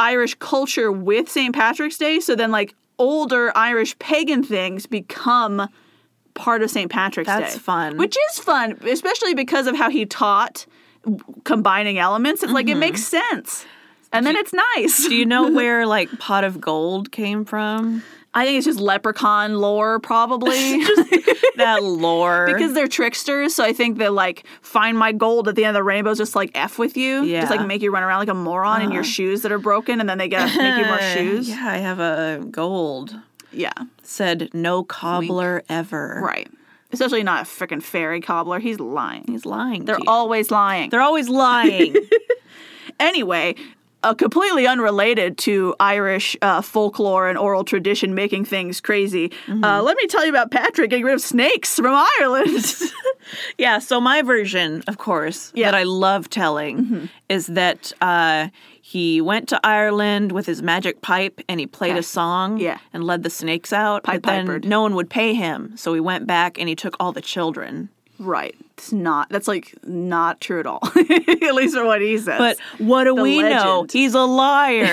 S1: Irish culture with St. Patrick's Day. So then, like, older Irish pagan things become part of St. Patrick's Day.
S2: That's fun.
S1: Which is fun, especially because of how he taught combining elements. It's like, it makes sense. And then it's nice.
S2: Mm-hmm. Do you know where like pot of gold came from?
S1: I think it's just leprechaun lore, probably.
S2: That lore.
S1: because they're tricksters, so I think they like find my gold at the end of the rainbow, is just like f with you, just
S2: Yeah.
S1: like make you run around like a moron in your shoes that are broken, and then they gotta make you more
S2: Uh,
S1: shoes.
S2: Yeah, I have a gold.
S1: yeah.
S2: Said no cobbler ever.
S1: Right. Especially not a freaking fairy cobbler. He's lying.
S2: He's lying.
S1: They're
S2: to you.
S1: always lying.
S2: They're always lying.
S1: anyway, uh, completely unrelated to Irish uh, folklore and oral tradition making things crazy, uh,
S2: Mm-hmm.
S1: let me tell you about Patrick getting rid of snakes from Ireland.
S2: yeah. So my version, of course,
S1: Yeah. Mm-hmm.
S2: that I love telling is that uh, he went to Ireland with his magic pipe and he played
S1: Yeah.
S2: a song
S1: Yeah.
S2: and led the snakes out.
S1: Pipe
S2: but then
S1: pipered.
S2: no one would pay him, so he went back and he took all the children.
S1: right. It's not, that's like not true at all, at least for what he says.
S2: But what do we know?
S1: legend.
S2: He's a liar.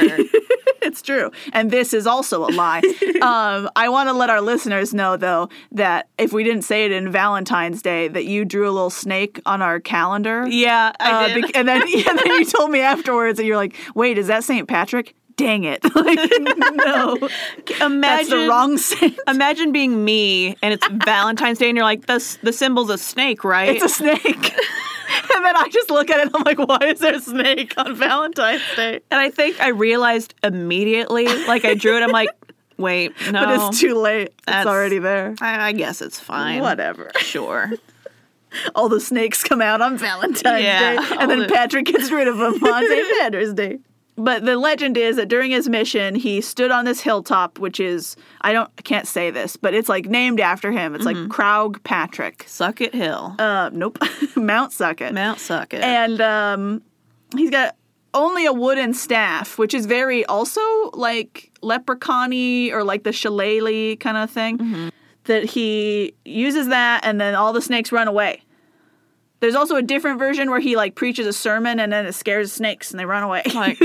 S1: It's true. And this is also a lie. um, I want to let our listeners know, though, that if we didn't say it in Valentine's Day, that you drew a little snake on our calendar.
S2: yeah, I
S1: Uh,
S2: did.
S1: bec- and then and then you told me afterwards that you're like, wait, is that St. Patrick? Dang it! Like, no,
S2: imagine
S1: that's the wrong Saint.
S2: Imagine being me and it's Valentine's Day and you're like, the, the symbol's a snake, right?
S1: It's a snake. and then I just look at it. and I'm like, why is there a snake on Valentine's Day?
S2: and I think I realized immediately, like I drew it, I'm like, wait, no.
S1: But it's too late.
S2: oh, That's-
S1: It's already there.
S2: I, I guess it's fine.
S1: Whatever.
S2: Sure.
S1: All the snakes come out on Valentine's
S2: Yeah,
S1: Day,
S2: all
S1: and then
S2: the-
S1: Patrick gets rid of them on St. Patrick's Day. But the legend is that during his mission, he stood on this hilltop, which is I don't I can't say this, but it's like named after him. It's
S2: Mm-hmm.
S1: like Crowg Patrick.
S2: Suck it, Hill.
S1: Uh, nope, Mount Suckett.
S2: Mount Suck It.
S1: And um, he's got only a wooden staff, which is very also like leprechaun-y or like the shillelagh kind of thing.
S2: Mm-hmm.
S1: That he uses that, and then all the snakes run away. There's also a different version where he like preaches a sermon, and then it scares snakes, and they run away.
S2: like,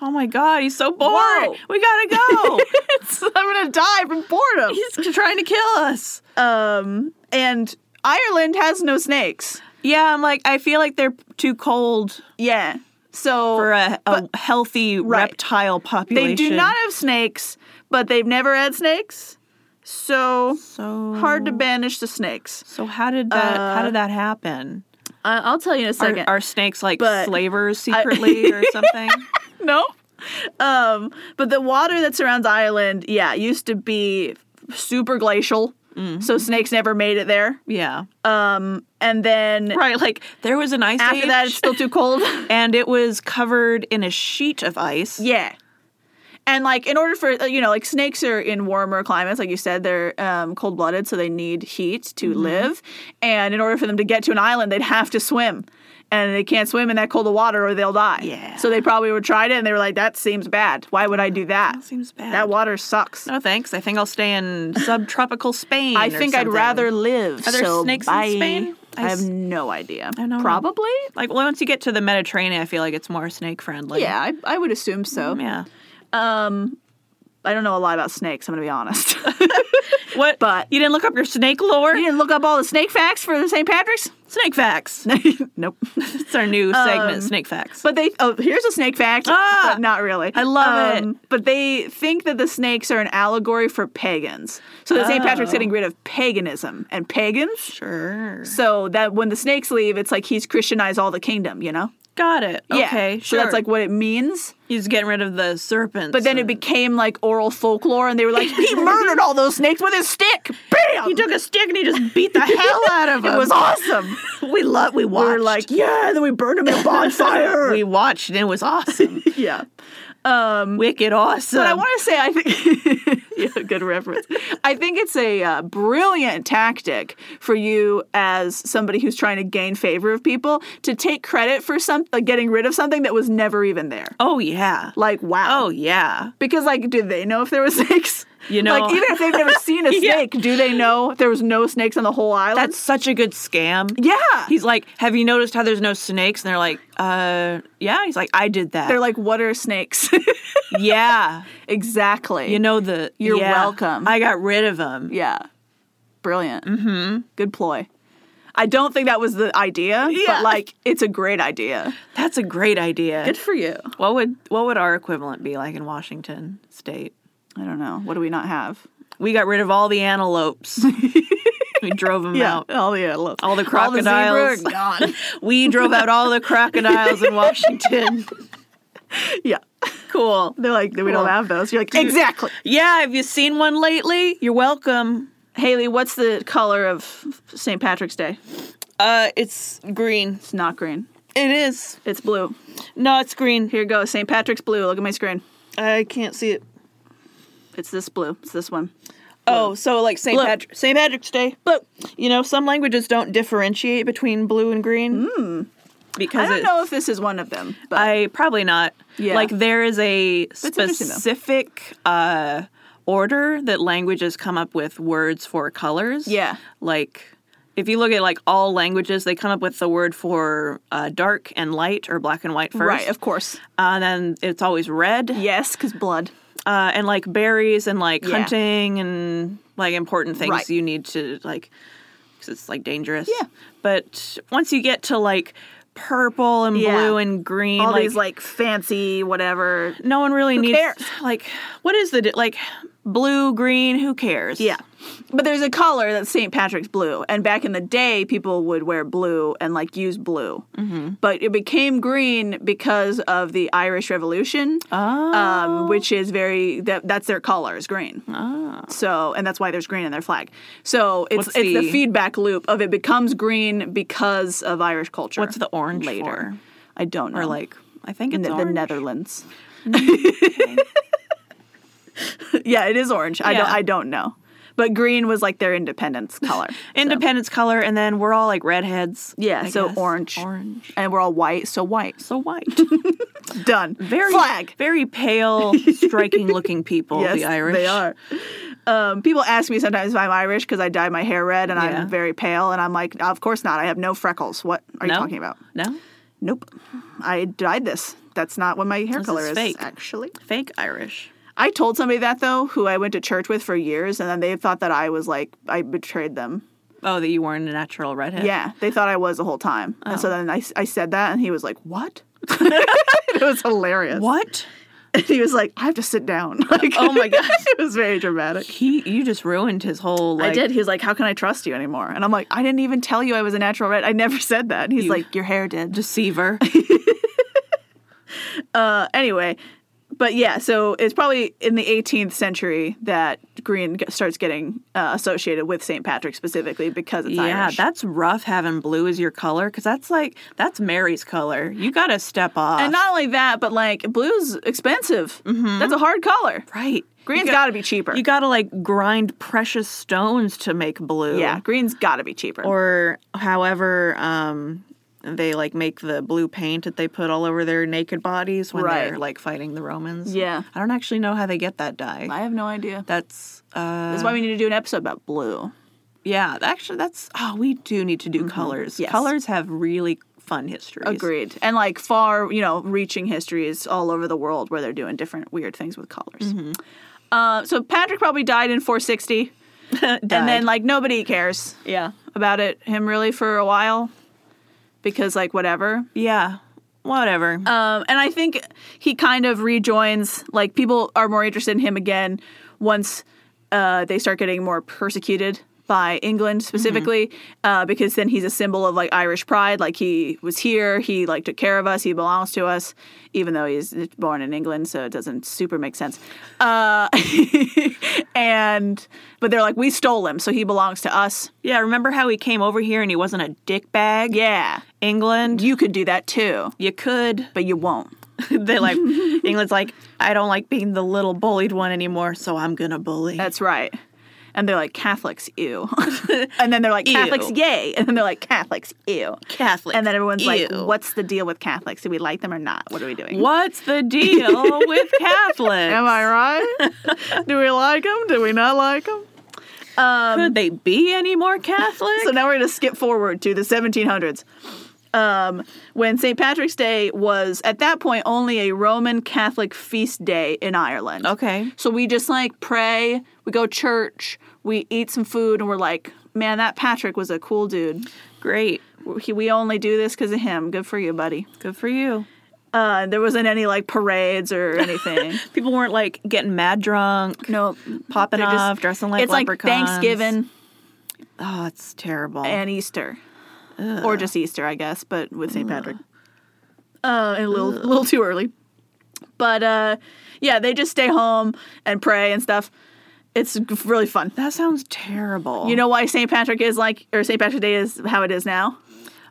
S2: oh my God, he's so bored.
S1: Whoa.
S2: We gotta go.
S1: It's- I'm gonna die from boredom.
S2: he's trying to kill us.
S1: Um, and Ireland has no snakes.
S2: Yeah, I'm like, I feel like they're too cold
S1: Yeah, so
S2: for a, a healthy reptile population.
S1: They do not have snakes, but they've never had snakes. So
S2: So
S1: hard to banish the snakes.
S2: So how did that how did that happen?
S1: Uh, I'll tell you in a
S2: Are,
S1: second.
S2: are snakes like
S1: but
S2: slavers secretly or something?
S1: no. Um, but the water that surrounds Ireland, yeah, used to be super glacial. So snakes never made it there.
S2: Yeah.
S1: Um, and then
S2: Right, like there was an ice
S1: after
S2: age
S1: that, it's still too cold.
S2: and it was covered in a sheet of ice.
S1: Yeah. And like in order for uh, you know like snakes are in warmer climates like you said they're um, cold blooded so they need heat to
S2: Mm-hmm.
S1: live and in order for them to get to an island they'd have to swim and they can't swim in that cold of water or they'll die
S2: Yeah.
S1: so they probably were tried it and they were like that seems bad why would I do that
S2: Seems bad.
S1: that water sucks
S2: no thanks. I think I'll stay in subtropical Spain.
S1: I
S2: or
S1: think I'd
S2: something.
S1: rather live
S2: Are there
S1: so
S2: snakes in
S1: bye.
S2: Spain? I
S1: I have
S2: s-
S1: no idea
S2: don't know.
S1: probably
S2: like well, once you get to the Mediterranean, I feel like it's more snake friendly.
S1: yeah I, I would assume so
S2: Yeah.
S1: um I don't know a lot about snakes I'm gonna be honest.
S2: What
S1: But-
S2: you didn't look up your snake lore?
S1: You didn't look up all the snake facts for St. Patrick's?
S2: Snake facts.
S1: nope.
S2: It's our new segment, Snake Facts.
S1: Um, But they oh, here's a snake fact,
S2: Ah!
S1: but not really. Um,
S2: I love it.
S1: But they think that the snakes are an allegory for pagans. So that St.
S2: Oh.
S1: Patrick's getting rid of paganism and pagans.
S2: sure.
S1: So that when the snakes leave, it's like he's Christianized all the kingdom, you know?
S2: Got it.
S1: Yeah.
S2: Okay,
S1: So
S2: sure.
S1: that's like what it means.
S2: he's getting rid of the serpents.
S1: But then it
S2: and-
S1: became like oral folklore, and they were like, he murdered all those snakes with his stick. Bam!
S2: he took a stick and he just beat the hell out of him.
S1: It was awesome.
S2: we love. We watched.
S1: We were like, yeah, and then we burned him in a bonfire.
S2: we watched and it was awesome.
S1: yeah.
S2: Wicked awesome.
S1: But I want to say, I think, yeah, good reference. I think it's a uh, brilliant tactic for you as somebody who's trying to gain favor of people to take credit for some, like getting rid of something that was never even there.
S2: Oh yeah.
S1: Like, wow.
S2: Oh yeah.
S1: Because, like, do they know if there were snakes?
S2: You know-
S1: like, even if they've never seen a
S2: Yeah.
S1: snake, do they know there was no snakes on the whole island?
S2: That's such a good scam.
S1: yeah.
S2: He's like, "Have you noticed how there's no snakes?" And they're like, "Uh, yeah." He's like, "I did that."
S1: They're like, what are snakes?
S2: "Yeah,
S1: exactly.
S2: you know the."
S1: You're
S2: yeah,
S1: welcome.
S2: I got rid of them.
S1: Yeah. Brilliant. Mm-hmm. Good ploy. I don't think that was the idea,
S2: Yeah.
S1: but like it's a great idea.
S2: That's a great idea.
S1: for you.
S2: What would what would our equivalent be like in Washington State?
S1: I don't know. What do we not have?
S2: We got rid of all the antelopes. we drove them out.
S1: All the antelopes.
S2: All the crocodiles.
S1: zebra are gone.
S2: We drove out all the crocodiles in Washington.
S1: yeah.
S2: cool.
S1: They're like, we
S2: Cool.
S1: don't have those. You're like, exactly.
S2: Yeah, have you seen one lately? You're welcome.
S1: Haley, what's the color of St. Patrick's Day?
S2: Uh, it's green.
S1: It's not green.
S2: It is.
S1: It's blue.
S2: No, it's green.
S1: Here goes. St. Patrick's blue. Look at my screen.
S2: I can't see it.
S1: It's this blue. It's this one.
S2: Oh, so like St.
S1: Blue.
S2: Patrick, St. Patrick's Day.
S1: But
S2: You know, some languages don't differentiate between blue and green.
S1: Hmm.
S2: Because
S1: I don't
S2: it-
S1: know if this is one of them. But
S2: I probably not.
S1: Yeah.
S2: Like there is a
S1: interesting, though.
S2: specific uh, order that languages come up with words for colors.
S1: Yeah.
S2: Like if you look at like all languages, they come up with the word for uh, dark and light or black and white first.
S1: right, of course.
S2: Uh, then it's always red.
S1: Yes, because blood.
S2: Uh, and like berries and like
S1: Yeah.
S2: hunting and like important things
S1: Right.
S2: you need to like because it's like dangerous.
S1: Yeah.
S2: But once you get to like purple and
S1: Yeah.
S2: blue and green,
S1: all
S2: like,
S1: these like fancy whatever.
S2: no one really needs
S1: cares?
S2: like what is the di- like blue green who cares
S1: But there's a color that's St. Patrick's blue. And back in the day, people would wear blue and like use blue.
S2: Mm-hmm.
S1: But it became green because of the Irish Revolution,
S2: oh Ah.
S1: um, which is very, that, that's their color is green. So, and that's why there's green in their flag. So it's,
S2: What's
S1: it's the,
S2: the-
S1: feedback loop of it becomes green because of Irish culture.
S2: what's the orange
S1: later?
S2: for
S1: I don't know.
S2: or like i think it's
S1: the, the
S2: orange. Mm,
S1: Netherlands. yeah, it is orange. I don't
S2: Yeah.
S1: I don't know. But green was like their independence color.
S2: independence color and then we're all like redheads
S1: Yeah,
S2: I
S1: so
S2: guess.
S1: orange.
S2: orange
S1: and we're all white, so white.
S2: so white
S1: Done.
S2: very
S1: flag.
S2: very pale striking looking people
S1: Yes,
S2: the irish
S1: they are. Um, people ask me sometimes if I'm Irish because I dye my hair red and
S2: Yeah.
S1: I'm very pale, and I'm like, of course not. I have no freckles. What are
S2: no
S1: you talking about?
S2: no
S1: Nope, I dyed this. That's not what my hair
S2: This
S1: color
S2: is
S1: is.
S2: fake.
S1: Actually,
S2: fake irish
S1: I told somebody that though, who I went to church with for years, and then they thought that I was like I betrayed them.
S2: oh that you weren't a natural redhead
S1: Yeah, they thought I was the whole time, and so then I, s- I said that, and he was like, "What?" it was hilarious.
S2: what
S1: And he was like, "I have to sit down." Like,
S2: Oh my gosh.
S1: it was very dramatic.
S2: he you just ruined his whole like
S1: I did. He was like, "How can I trust you anymore?" And I'm like, "I didn't even tell you I was a natural red. I never said that." And he's like, "Your hair did."
S2: deceiver
S1: Uh, anyway, but yeah, so it's probably in the 18th century that green g- starts getting uh, associated with St. Patrick specifically because it's
S2: Yeah,
S1: Irish.
S2: that's rough having blue as your color because that's like that's Mary's color. You gotta step off.
S1: and not only that, but like blue's expensive. That's a hard color.
S2: Mm-hmm. right.
S1: Green's
S2: you
S1: got to be cheaper.
S2: you gotta like grind precious stones to make blue.
S1: yeah, green's got to be cheaper.
S2: Or however, um, they like make the blue paint that they put all over their naked bodies when
S1: Right.
S2: they're like fighting the Romans.
S1: Yeah.
S2: I don't actually know how they get that dye.
S1: I have no idea.
S2: that's uh,
S1: That's why we need to do an episode about blue.
S2: yeah. Actually, that's oh, we do need to do colors.
S1: Mm-hmm. Yes.
S2: Colors have really fun histories.
S1: Agreed. And like far, you know, reaching histories all over the world where they're doing different weird things with colors.
S2: Mm-hmm.
S1: Uh, so Patrick probably died in 460, and then like nobody cares
S2: yeah.
S1: about it him really for a while because like whatever.
S2: Yeah. Whatever.
S1: Um, and I think he kind of rejoins. Like people are more interested in him again once uh, they start getting more persecuted by England specifically, uh, because then he's a symbol of like Irish pride. Like he was here, he like took care of us, he belongs to us, even though he's born in England, so it doesn't super make sense. Uh, and but they're like, we stole him, so he belongs to us.
S2: Yeah, remember how he came over here and he wasn't a dickbag?
S1: Yeah,
S2: England,
S1: you could do that too,
S2: you could.
S1: but you won't.
S2: they like England's like, I don't like being the little bullied one anymore, so I'm gonna bully.
S1: That's right. And they're like Catholics, ew. and then they're like Catholics,
S2: Ew.
S1: yay. And then they're like Catholics, ew.
S2: Catholic.
S1: And then everyone's like,
S2: Ew.
S1: what's the deal with Catholics? Do we like them or not? What are we doing?
S2: What's the deal with Catholics?
S1: Am I right? Do we like them? Do we not like them?
S2: Could they be any more Catholic?
S1: um, So now we're going to skip forward to the 1700s. Um, when St. Patrick's Day was at that point only a Roman Catholic feast day in Ireland.
S2: okay.
S1: So we just like pray, we go church, we eat some food, and we're like, man, that Patrick was a cool dude.
S2: Great.
S1: He, we only do this because of him. Good for you, buddy.
S2: Good for you.
S1: Uh, there wasn't any like parades or anything.
S2: People weren't like getting mad drunk,
S1: no,
S2: popping
S1: they're just-
S2: off, dressing like
S1: it's
S2: leprechauns.
S1: like Thanksgiving
S2: Oh, it's terrible.
S1: and Easter, or just Easter, I guess, but with St. Patrick. Uh, and a little, a little too early. But uh, yeah, they just stay home and pray and stuff. It's g- really fun.
S2: that sounds terrible.
S1: You know why St. Patrick is like, or St. Patrick's Day is how it is now?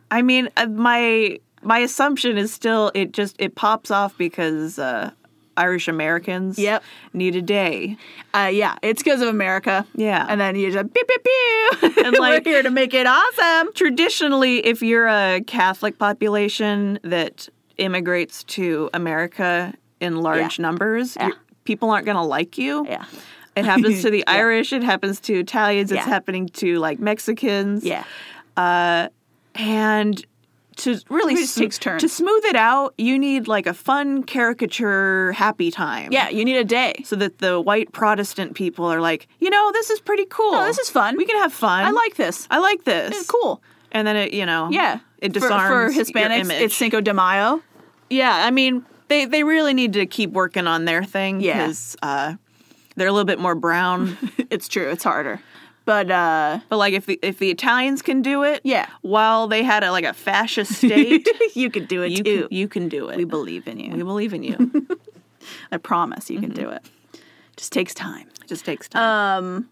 S2: I mean, uh, my my assumption is still it just it pops off because uh, Irish Americans
S1: Yep.
S2: need a day.
S1: Uh, yeah, it's because of America.
S2: Yeah.
S1: And then you just pew, pew, pew.
S2: And, like-
S1: we're here to make it awesome.
S2: Traditionally, if you're a Catholic population that immigrates to America in large
S1: Yeah.
S2: numbers,
S1: Yeah.
S2: you're- people aren't going to like you.
S1: Yeah.
S2: It happens to the Irish. It happens to Italians. It's
S1: Yeah.
S2: happening to like Mexicans.
S1: Yeah.
S2: and to really
S1: Everybody just takes turns.
S2: to smooth it out, you need like a fun caricature happy time.
S1: Yeah, you need a day.
S2: so that the white Protestant people are like, you know, this is pretty cool.
S1: Oh, this is fun.
S2: We can have fun.
S1: I like this.
S2: I like this.
S1: It's cool.
S2: And then it, you know,
S1: Yeah.
S2: it
S1: For-
S2: disarms
S1: for,
S2: your
S1: Hispanics.
S2: image.
S1: It's Cinco de Mayo.
S2: yeah. I mean, they they really need to keep working on their thing
S1: Yeah.
S2: because uh, they're a little bit more brown.
S1: It's true. It's harder. But uh,
S2: but like, if the if the Italians can do it,
S1: Yeah.
S2: While they had a, like a fascist state,
S1: you could do it
S2: you
S1: too.
S2: can, you can do it.
S1: we Mm-hmm. believe in you.
S2: We believe in you.
S1: I promise you can do it. Just takes time.
S2: It just takes time.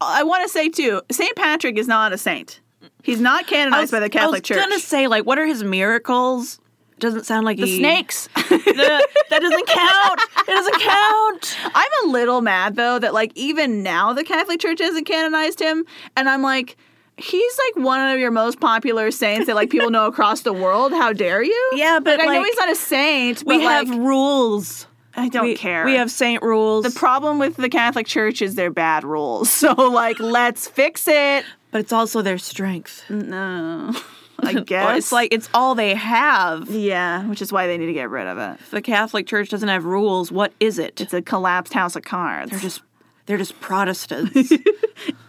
S1: I want to say too, St. Patrick is not a saint. He's not canonized by the Catholic Church.
S2: I was gonna say, like, what are his miracles? Doesn't sound like
S1: the
S2: he,
S1: snakes.
S2: The- that doesn't count. It doesn't count.
S1: I'm a little mad though that like even now the Catholic Church hasn't canonized him, and I'm like, he's like one of your most popular saints that like people know across the world. How dare you?
S2: Yeah, but,
S1: I know
S2: like,
S1: he's not a saint.
S2: We
S1: but,
S2: have
S1: like,
S2: rules.
S1: I don't
S2: we,
S1: care.
S2: We have saint rules,
S1: the problem with the Catholic Church is their bad rules. So like, let's fix it.
S2: but it's also their strength.
S1: No, I
S2: Or
S1: guess
S2: it's like it's all they have.
S1: yeah, which is why they need to get rid of it.
S2: If the Catholic Church doesn't have rules, what is it?
S1: It's a collapsed house of cards.
S2: they're just they're just Protestants.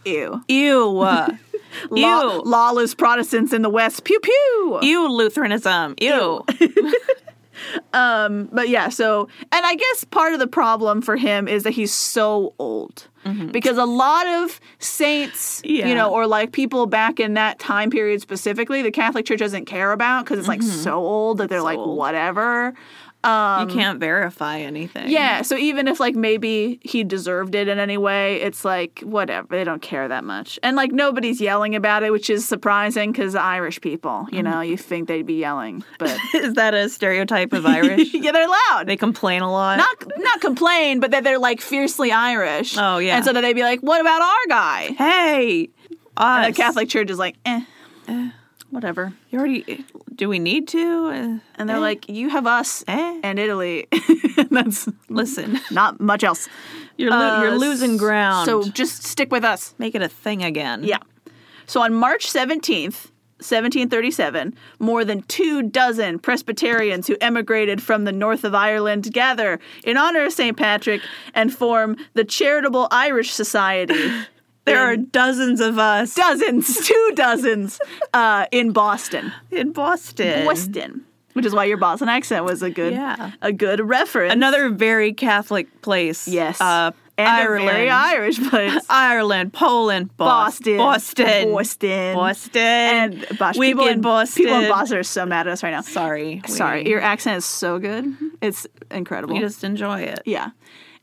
S1: ew.
S2: Ew.
S1: Law-
S2: Ew.
S1: lawless Protestants in the West. Pew pew.
S2: Ew, Lutheranism. Ew.
S1: But yeah, so and I guess part of the problem for him is that he's so old. Because a lot of saints,
S2: Mm-hmm. Yeah.
S1: you know, or like people back in that time period specifically, the Catholic Church doesn't care about because it's like so old that they're like
S2: Mm-hmm. old.
S1: whatever. Um,
S2: you can't verify anything.
S1: Yeah, so even if like maybe he deserved it in any way, it's like whatever. They don't care that much, and like nobody's yelling about it, which is surprising because Irish people,
S2: Mm-hmm.
S1: you know, you think they'd be yelling, but
S2: Is that a stereotype of Irish?
S1: yeah, they're loud.
S2: they complain a lot.
S1: not not complain, but that they're like fiercely Irish.
S2: Oh, yeah.
S1: and so that they'd be like, "What about our guy?"
S2: hey, us.
S1: And the Catholic Church is like, "Eh, whatever."
S2: You already. Do we need to? Uh,
S1: And they're like, "You have us
S2: Eh.
S1: and Italy." That's
S2: listen,
S1: not much else.
S2: you're lo- you're
S1: Uh,
S2: losing ground.
S1: So just stick with us.
S2: make it a thing again.
S1: Yeah. So on March 17th, 1737, more than two dozen Presbyterians who emigrated from the north of Ireland gather in honor of St. Patrick and form the Charitable Irish Society.
S2: There are dozens of us
S1: dozens, two dozens, uh, in Boston.
S2: in Boston.
S1: Boston. Which is why your Boston accent was a good
S2: Yeah.
S1: a good reference.
S2: Another very Catholic place.
S1: Yes.
S2: Uh,
S1: and they're very
S2: Ireland.
S1: Irish, but
S2: Ireland, Poland, Bos-
S1: Boston,
S2: Boston,
S1: Boston,
S2: Boston.
S1: and Bosh.
S2: Week
S1: people
S2: in
S1: in
S2: Boston.
S1: people in Boston are so mad at us right now.
S2: Sorry, we-
S1: Sorry, your accent is so good; it's incredible.
S2: we just enjoy it.
S1: yeah,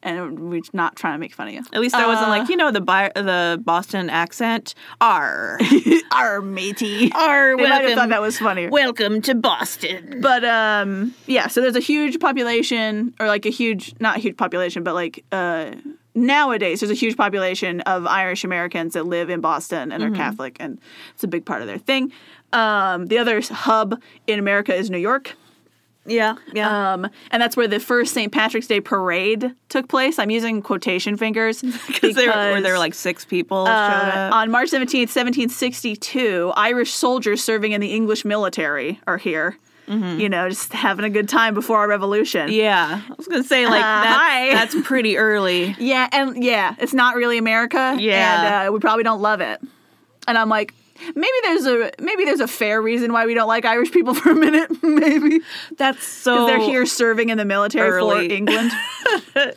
S1: and we're not trying to make fun of you.
S2: At least I
S1: Uh,
S2: wasn't like you know the bi- the Boston accent. R
S1: our matey.
S2: R.
S1: They might have thought that was funnier.
S2: Welcome to Boston.
S1: but um yeah so there's a huge population or like a huge not huge population but like uh nowadays there's a huge population of irish americans that live in boston
S2: Mm-hmm.
S1: and are catholic and it's a big part of their thing um the other hub in america is new york
S2: Yeah, yeah.
S1: um, and that's where the first St. Patrick's Day parade took place. I'm using quotation fingers
S2: because there were there were like six people showed
S1: uh,
S2: up.
S1: on March 17th, 1762, Irish soldiers serving in the English military are here. You know, just having a good time before our revolution.
S2: Mm-hmm. yeah, I was gonna say like
S1: Uh, hi.
S2: that's, that's pretty early.
S1: Yeah, and yeah, it's not really America.
S2: Yeah.
S1: and uh, we probably don't love it. And I'm like, maybe there's a maybe there's a fair reason why we don't like Irish people for a minute. maybe
S2: That's so
S1: because they're here serving in the military
S2: early.
S1: for England.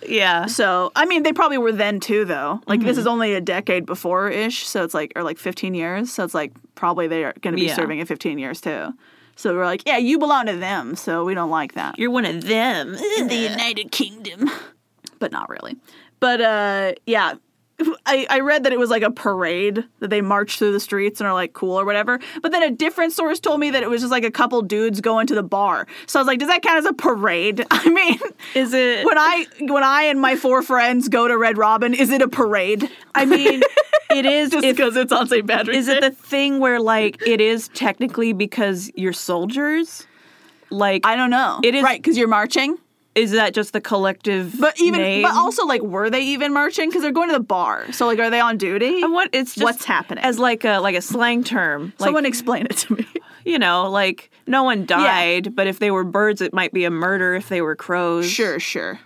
S2: Yeah,
S1: so I mean, they probably were then too, though. Like this is only a decade before ish, so it's like or like 15 years. So it's like probably they are going to be
S2: Yeah.
S1: serving in 15 years too. So we're like, yeah, you belong to them, so we don't like that.
S2: you're one of them.
S1: the United Kingdom, but not really. But uh, yeah, I, I read that it was like a parade that they marched through the streets and are like cool or whatever. But then a different source told me that it was just like a couple dudes going to the bar. So I was like, does that count as a parade? I mean,
S2: Is it?
S1: when I when I and my four friends go to Red Robin, is it a parade?
S2: I mean, it is.
S1: Just
S2: if-
S1: because it's on St. Patrick's
S2: is it the thing where like it is technically because you're soldiers? Like,
S1: I don't know.
S2: It is-
S1: right because you're marching.
S2: is that just the collective?
S1: But even,
S2: name?
S1: but also, like, were they even marching? Because they're going to the bar. So, like, are they on duty?
S2: And what it's just
S1: What's happening?
S2: as like a like a slang term. Like
S1: Someone explain it to me.
S2: you know, like no one died, but if they were birds, it might be a murder. If they were crows,
S1: Sure, sure.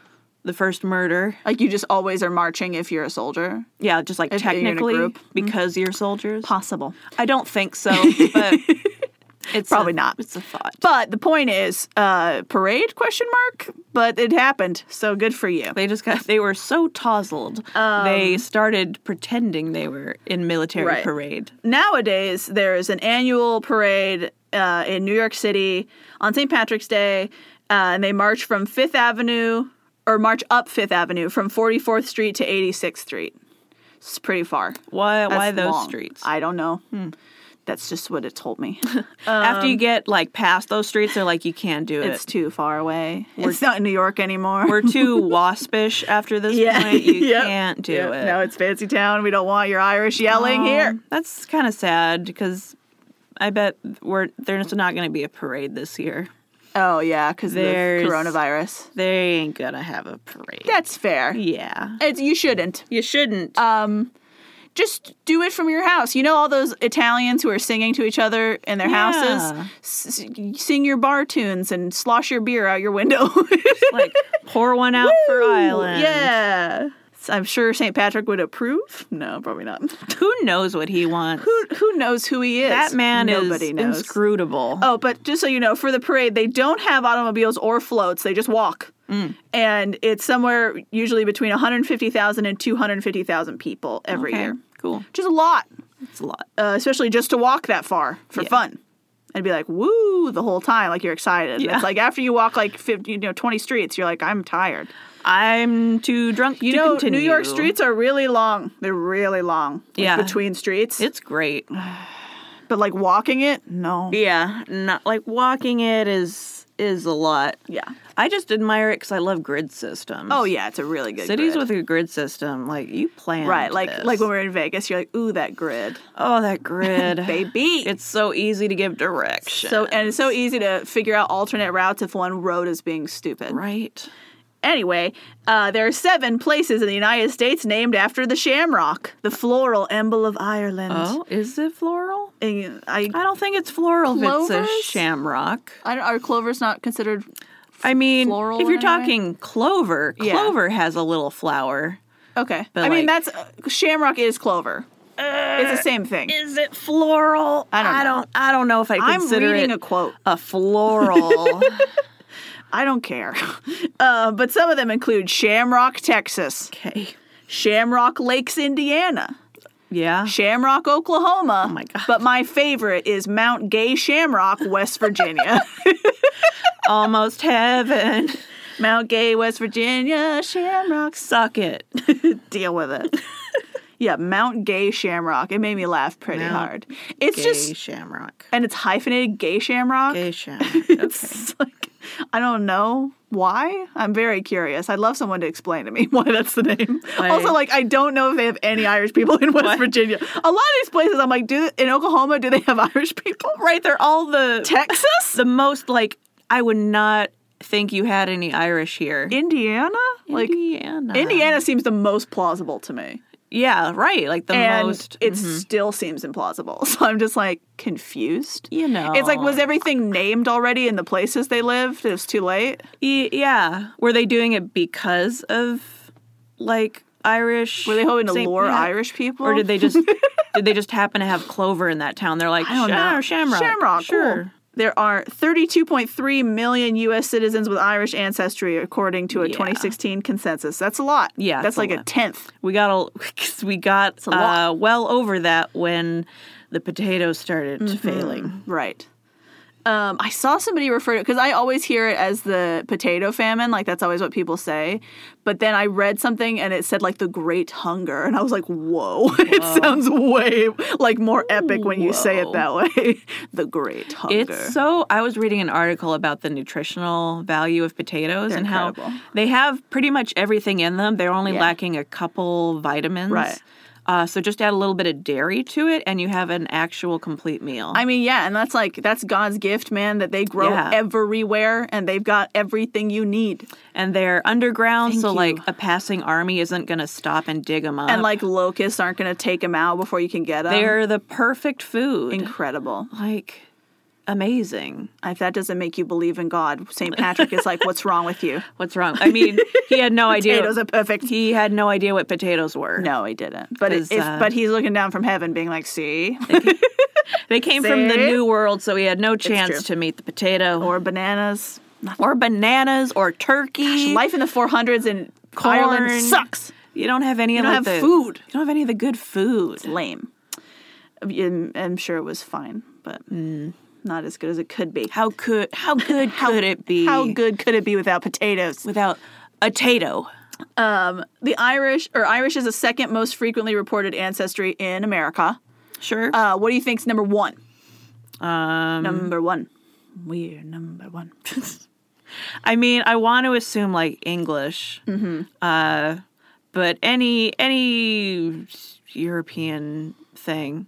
S2: the first murder.
S1: Like you just always are marching if you're a soldier.
S2: Yeah, just like
S1: If you're in a
S2: technically
S1: group. Mm-hmm.
S2: because you're soldiers.
S1: Possible.
S2: I don't think so, but it's
S1: Probably
S2: a-
S1: not.
S2: It's a thought.
S1: But the point is, uh, parade question mark? But it happened, so good for you.
S2: They just got. They were so tosled. they started pretending they were in military
S1: Um, Right.
S2: parade.
S1: Nowadays, there is an annual parade uh, in New York City on St. Patrick's Day, uh, and they march from Fifth Avenue or march up Fifth Avenue from 44th Street to 86th Street. It's pretty far.
S2: Why? why
S1: That's
S2: those
S1: long.
S2: streets? Hmm.
S1: I don't know. That's just what it told me.
S2: After you get like past those streets, they're like you can't do it.
S1: Um, it's too far away. It's not in New York anymore.
S2: we're too waspish after this point. You
S1: Yep.
S2: can't do
S1: Yep.
S2: it.
S1: No, it's fancy town. We don't want your Irish yelling here.
S2: That's kind of sad because I bet we're there's not going to be a parade this year.
S1: Oh yeah, because the
S2: There's-
S1: coronavirus.
S2: They ain't gonna have a parade.
S1: That's fair.
S2: yeah, Uh,
S1: It's you shouldn't.
S2: you shouldn't.
S1: Just do it from your house. You know all those Italians who are singing to each other in their
S2: Yeah.
S1: houses. S- s- sing your bar tunes and slosh your beer out your window.
S2: like pour one out for Ireland.
S1: yeah. I'm sure St. Patrick would approve. No, probably not.
S2: Who knows what he wants?
S1: Who who knows who he is?
S2: that man
S1: Nobody
S2: is
S1: knows.
S2: inscrutable.
S1: Oh, but just so you know, for the parade, they don't have automobiles or floats. They just walk.
S2: Mm.
S1: And it's somewhere usually between 150,000 and 250,000 people every
S2: Okay,
S1: year,
S2: Cool.
S1: which is a lot,
S2: It's a lot.
S1: uh, especially just to walk that far for
S2: Yeah.
S1: fun. And be like, woo, the whole time. Like you're excited.
S2: Yeah.
S1: It's like after you walk like 50, you know, 20 streets, you're like, I'm tired.
S2: I'm too drunk
S1: You
S2: to
S1: know,
S2: continue.
S1: New York streets are really long. They're really long. like,
S2: Yeah.
S1: Between streets.
S2: It's great.
S1: but like walking it, no.
S2: Yeah, not like walking it is is a lot.
S1: Yeah.
S2: I just admire it because I love grid systems.
S1: Oh, yeah. It's a really good
S2: cities
S1: grid.
S2: with a grid system, like you plan
S1: Right, like
S2: this.
S1: like when we were in Vegas, you're like, ooh, that grid,
S2: oh that grid,
S1: baby.
S2: It's so easy to give direction.
S1: so and it's so easy to figure out alternate routes if one road is being stupid.
S2: right.
S1: Anyway, uh, there are seven places in the United States named after the shamrock, the floral emblem of Ireland.
S2: Oh, is it floral?
S1: And I,
S2: I don't think it's floral. If it's a
S1: Clovers?
S2: shamrock.
S1: I don't, are clovers not considered?
S2: I mean,
S1: floral
S2: if you're
S1: in any way?
S2: talking clover,
S1: Yeah.
S2: clover has a little flower.
S1: Okay,
S2: But
S1: I mean
S2: like-
S1: that's uh, shamrock is clover. it's the same thing.
S2: Is it floral?
S1: I don't
S2: I
S1: know.
S2: don't. I don't know if I
S1: I'm
S2: consider
S1: reading
S2: it
S1: a quote.
S2: a floral.
S1: I don't care. Uh, but some of them include Shamrock, Texas,
S2: okay.
S1: Shamrock Lakes, Indiana,
S2: Yeah.
S1: Shamrock, Oklahoma. Oh
S2: my God.
S1: But my favorite is Mount Gay Shamrock, West Virginia.
S2: Almost heaven.
S1: Mount Gay, West Virginia, Shamrocks.
S2: Suck it.
S1: deal with it. yeah, Mount Gay Shamrock. It made me laugh pretty
S2: Mount
S1: hard. It's
S2: Gay
S1: just
S2: shamrock.
S1: and it's hyphenated Gay Shamrock.
S2: Gay shamrock.
S1: It's like I don't know why. I'm very curious. I'd love someone to explain to me why that's the name.
S2: Like-
S1: also, like I don't know if they have any Irish people in West
S2: What?
S1: Virginia. A lot of these places, I'm like, do in Oklahoma do they have Irish people?
S2: right, they're all the
S1: Texas,
S2: the most like I would not think you had any Irish here.
S1: Indiana, like.
S2: Indiana.
S1: Indiana seems the most plausible to me.
S2: Yeah, right. Like the
S1: and
S2: most mm-hmm.
S1: it still seems implausible. So I'm just like confused.
S2: you know.
S1: It's like was everything named already in the places they lived? It was too late.
S2: Y- yeah. Were they doing it because of like Irish
S1: Were they hoping to
S2: Saint-
S1: lure
S2: yeah.
S1: Irish people,
S2: Or did they just did they just happen to have clover in that town? They're like,
S1: I don't know.
S2: "Sure, Shamrock.
S1: Shamrock.
S2: Sure.
S1: Cool. There are 32.3 million U.S. citizens with Irish ancestry, according to a
S2: Yeah.
S1: 2016 consensus. That's a lot.
S2: Yeah,
S1: that's
S2: it's a
S1: like a
S2: lot.
S1: tenth.
S2: We got a cause we got
S1: a lot.
S2: uh, well over that when the potatoes started
S1: Mm-hmm.
S2: failing.
S1: Right. Um, I saw somebody refer to because I always hear it as the potato famine, like that's always what people say. But then I read something and it said like the Great Hunger, and I was like, whoa, it sounds way like more epic when you say it
S2: Whoa.
S1: that way. the Great Hunger.
S2: It's so. I was reading an article about the nutritional value of potatoes
S1: They're
S2: and
S1: incredible.
S2: how they have pretty much everything in them. They're only
S1: Yeah.
S2: lacking a couple vitamins.
S1: Right.
S2: Uh, so just add a little bit of dairy to it, and you have an actual complete meal.
S1: I mean, yeah, and that's like that's God's gift, man. That they grow
S2: Yeah.
S1: everywhere and they've got everything you need,
S2: and they're underground, so
S1: you.
S2: like a passing army isn't going to stop and uh, dig them up.
S1: and like locusts aren't gonna take them out before you can get them.
S2: Uh, they're the perfect food.
S1: incredible.
S2: like amazing.
S1: If that doesn't make you believe in God, St. Patrick is like, what's wrong with you?
S2: What's wrong? I mean, he had no idea.
S1: Potatoes are perfect.
S2: He had no idea what potatoes were.
S1: No, he didn't. But
S2: Is,
S1: if,
S2: uh,
S1: but he's looking down from heaven, being like, "See,"
S2: They came from the
S1: See?
S2: New World, so he had no
S1: true.
S2: chance to meet the potato or,
S1: or bananas. Nothing.
S2: bananas or turkey.
S1: Life in the 400s in
S2: Corn.
S1: Ireland sucks.
S2: you don't have any
S1: You
S2: of
S1: don't
S2: like,
S1: have
S2: the-
S1: food.
S2: You don't have any of the good food.
S1: Lame. I'm, I'm sure it was fine, but not as good as it could be.
S2: How could how good could it be?
S1: How good could it be without potatoes?
S2: without a tato?
S1: Um, the Irish or Irish is the second most frequently reported ancestry in America.
S2: Sure.
S1: Uh, what do you think's number one?
S2: um,
S1: Number one. We're number one.
S2: I mean, I want to assume like English, mm-hmm. uh, but any any European thing,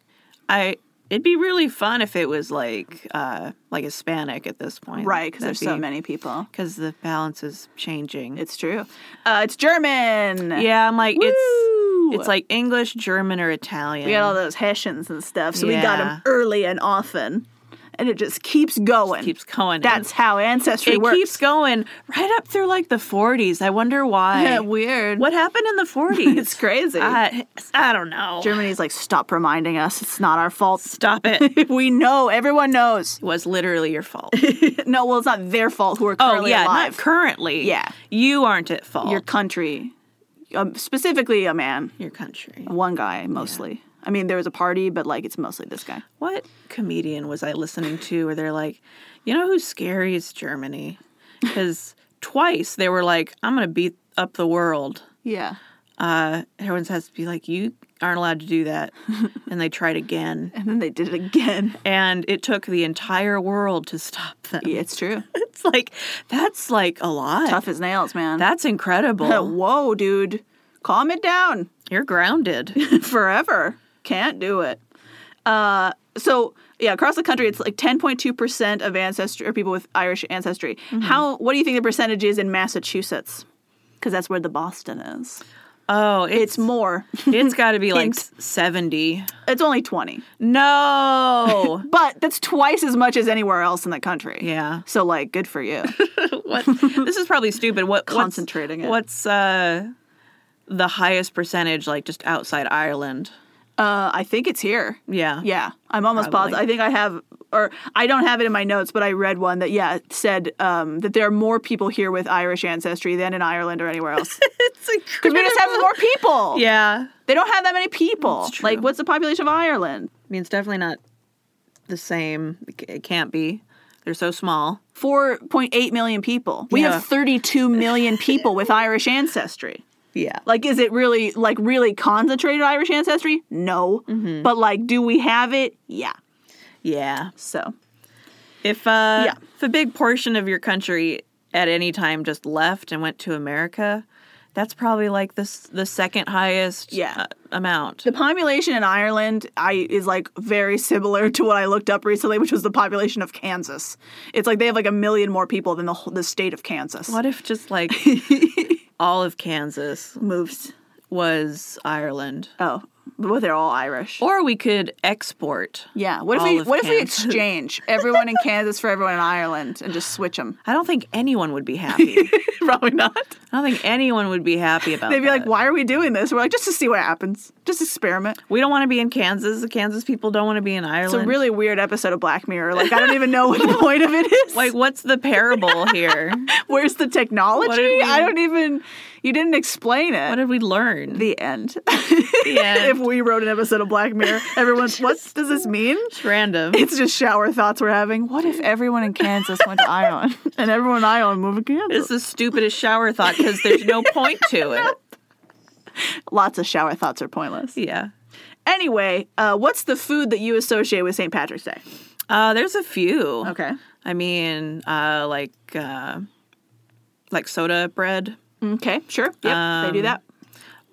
S2: I it'd be really fun if it was like uh, like Hispanic at this point,
S1: right, because there's so many people.
S2: because the balance is changing.
S1: It's true. Uh, it's German.
S2: yeah, I'm like
S1: Woo!
S2: it's it's like English, German, or Italian.
S1: We got all those Hessians and stuff, so we got them
S2: Yeah.
S1: early and often, and it just keeps going.
S2: keeps going.
S1: That's how ancestry
S2: it
S1: works.
S2: keeps going right up through like the 40s. I wonder why.
S1: weird.
S2: what happened in the 40s?
S1: It's crazy.
S2: I, I don't know.
S1: Germany's like, stop reminding us. It's not our fault.
S2: Stop it. It
S1: We know. Everyone knows.
S2: was literally your fault.
S1: No, well, it's not their fault who are
S2: oh,
S1: currently
S2: yeah,
S1: alive.
S2: not currently.
S1: Yeah.
S2: You aren't at fault.
S1: Your country, um, specifically a man,
S2: Your country.
S1: one guy mostly. I mean, there was a party, but like it's mostly this guy.
S2: What comedian was I listening to where they're like, you know who's scary is Germany? Because twice they were like, I'm going to beat up the world.
S1: Yeah.
S2: Uh, everyone has to be like, you aren't allowed to do that. and they tried again.
S1: And then they did it again.
S2: And it took the entire world to stop them.
S1: Yeah, it's true.
S2: It's like, that's like a lot.
S1: Tough as nails, man.
S2: That's incredible.
S1: Whoa, dude. Calm it down
S2: You're grounded.
S1: forever. Can't do it. Uh, so yeah, across the country, it's like 10.2% of ancestry or people with Irish ancestry.
S2: Mm-hmm.
S1: How? What do you think the percentage is in Massachusetts? Because that's where the Boston is.
S2: Oh, it's
S1: It's more.
S2: it's got to be like
S1: Hint.
S2: 70.
S1: it's only 20,
S2: No.
S1: but that's twice as much as anywhere else in the country.
S2: yeah.
S1: So like, good for you.
S2: What? This is probably stupid. What what's-
S1: Concentrating it.
S2: What's, uh the highest percentage like just outside Ireland?
S1: Uh, I think it's here.
S2: Yeah.
S1: Yeah, I'm almost
S2: Probably.
S1: positive. I think I have, or I don't have it in my notes, but I read one that yeah said um, that there are more people here with Irish ancestry than in Ireland or anywhere else
S2: It's
S1: because we
S2: incredible.
S1: just have more people.
S2: Yeah.
S1: they don't have that many people.
S2: That's true.
S1: Like, what's the population of Ireland?
S2: I mean, it's definitely not the same. It c- It can't be. They're so small.
S1: 4.8 million people. We
S2: Yeah.
S1: have 32 million people with Irish ancestry.
S2: Yeah.
S1: Like, is it really like really concentrated Irish ancestry? No,
S2: Mm-hmm.
S1: but like, do we have it? Yeah.
S2: Yeah.
S1: So
S2: If uh,
S1: Yeah.
S2: if a big portion of your country at any time just left and went to America, that's probably like this the second highest
S1: Yeah.
S2: uh, amount.
S1: the population in Ireland I is like very similar to what I looked up recently, which was the population of Kansas. It's like they have like a million more people than the whole, the state of Kansas.
S2: What if just like all of Kansas
S1: moves?
S2: was Ireland?
S1: Oh, well, they're all Irish.
S2: Or we could export.
S1: yeah. What if
S2: all
S1: we
S2: of
S1: what if we
S2: Kansas.
S1: exchange everyone in Kansas for everyone in Ireland and just switch them?
S2: I don't think anyone would be happy.
S1: Probably not.
S2: I don't think anyone would be happy about
S1: They'd be like,
S2: that.
S1: "Why are we doing this?" We're like, "Just to see what happens. Just experiment."
S2: we don't want to be in Kansas. The Kansas people don't want to be in Ireland.
S1: It's a really weird episode of Black Mirror. Like, I don't even know what the point of it is.
S2: like what's the parable here?
S1: where's the
S2: What did
S1: technology?
S2: we-
S1: I don't even. You didn't explain it.
S2: What did we learn?
S1: the end.
S2: end.
S1: if we wrote an episode of Black Mirror, everyone's what does this mean?
S2: It's random.
S1: It's just shower thoughts we're having. What if everyone in Kansas went to Ireland and everyone in Ireland moved to Kansas?
S2: It's the stupidest shower thought because there's no point to it.
S1: Lots of shower thoughts are pointless.
S2: Yeah.
S1: Anyway, uh, what's the food that you associate with St. Patrick's Day?
S2: Uh, there's a few.
S1: Okay.
S2: I mean, uh, like uh, like soda bread,
S1: Okay, sure. Yep, they do
S2: Um,
S1: that.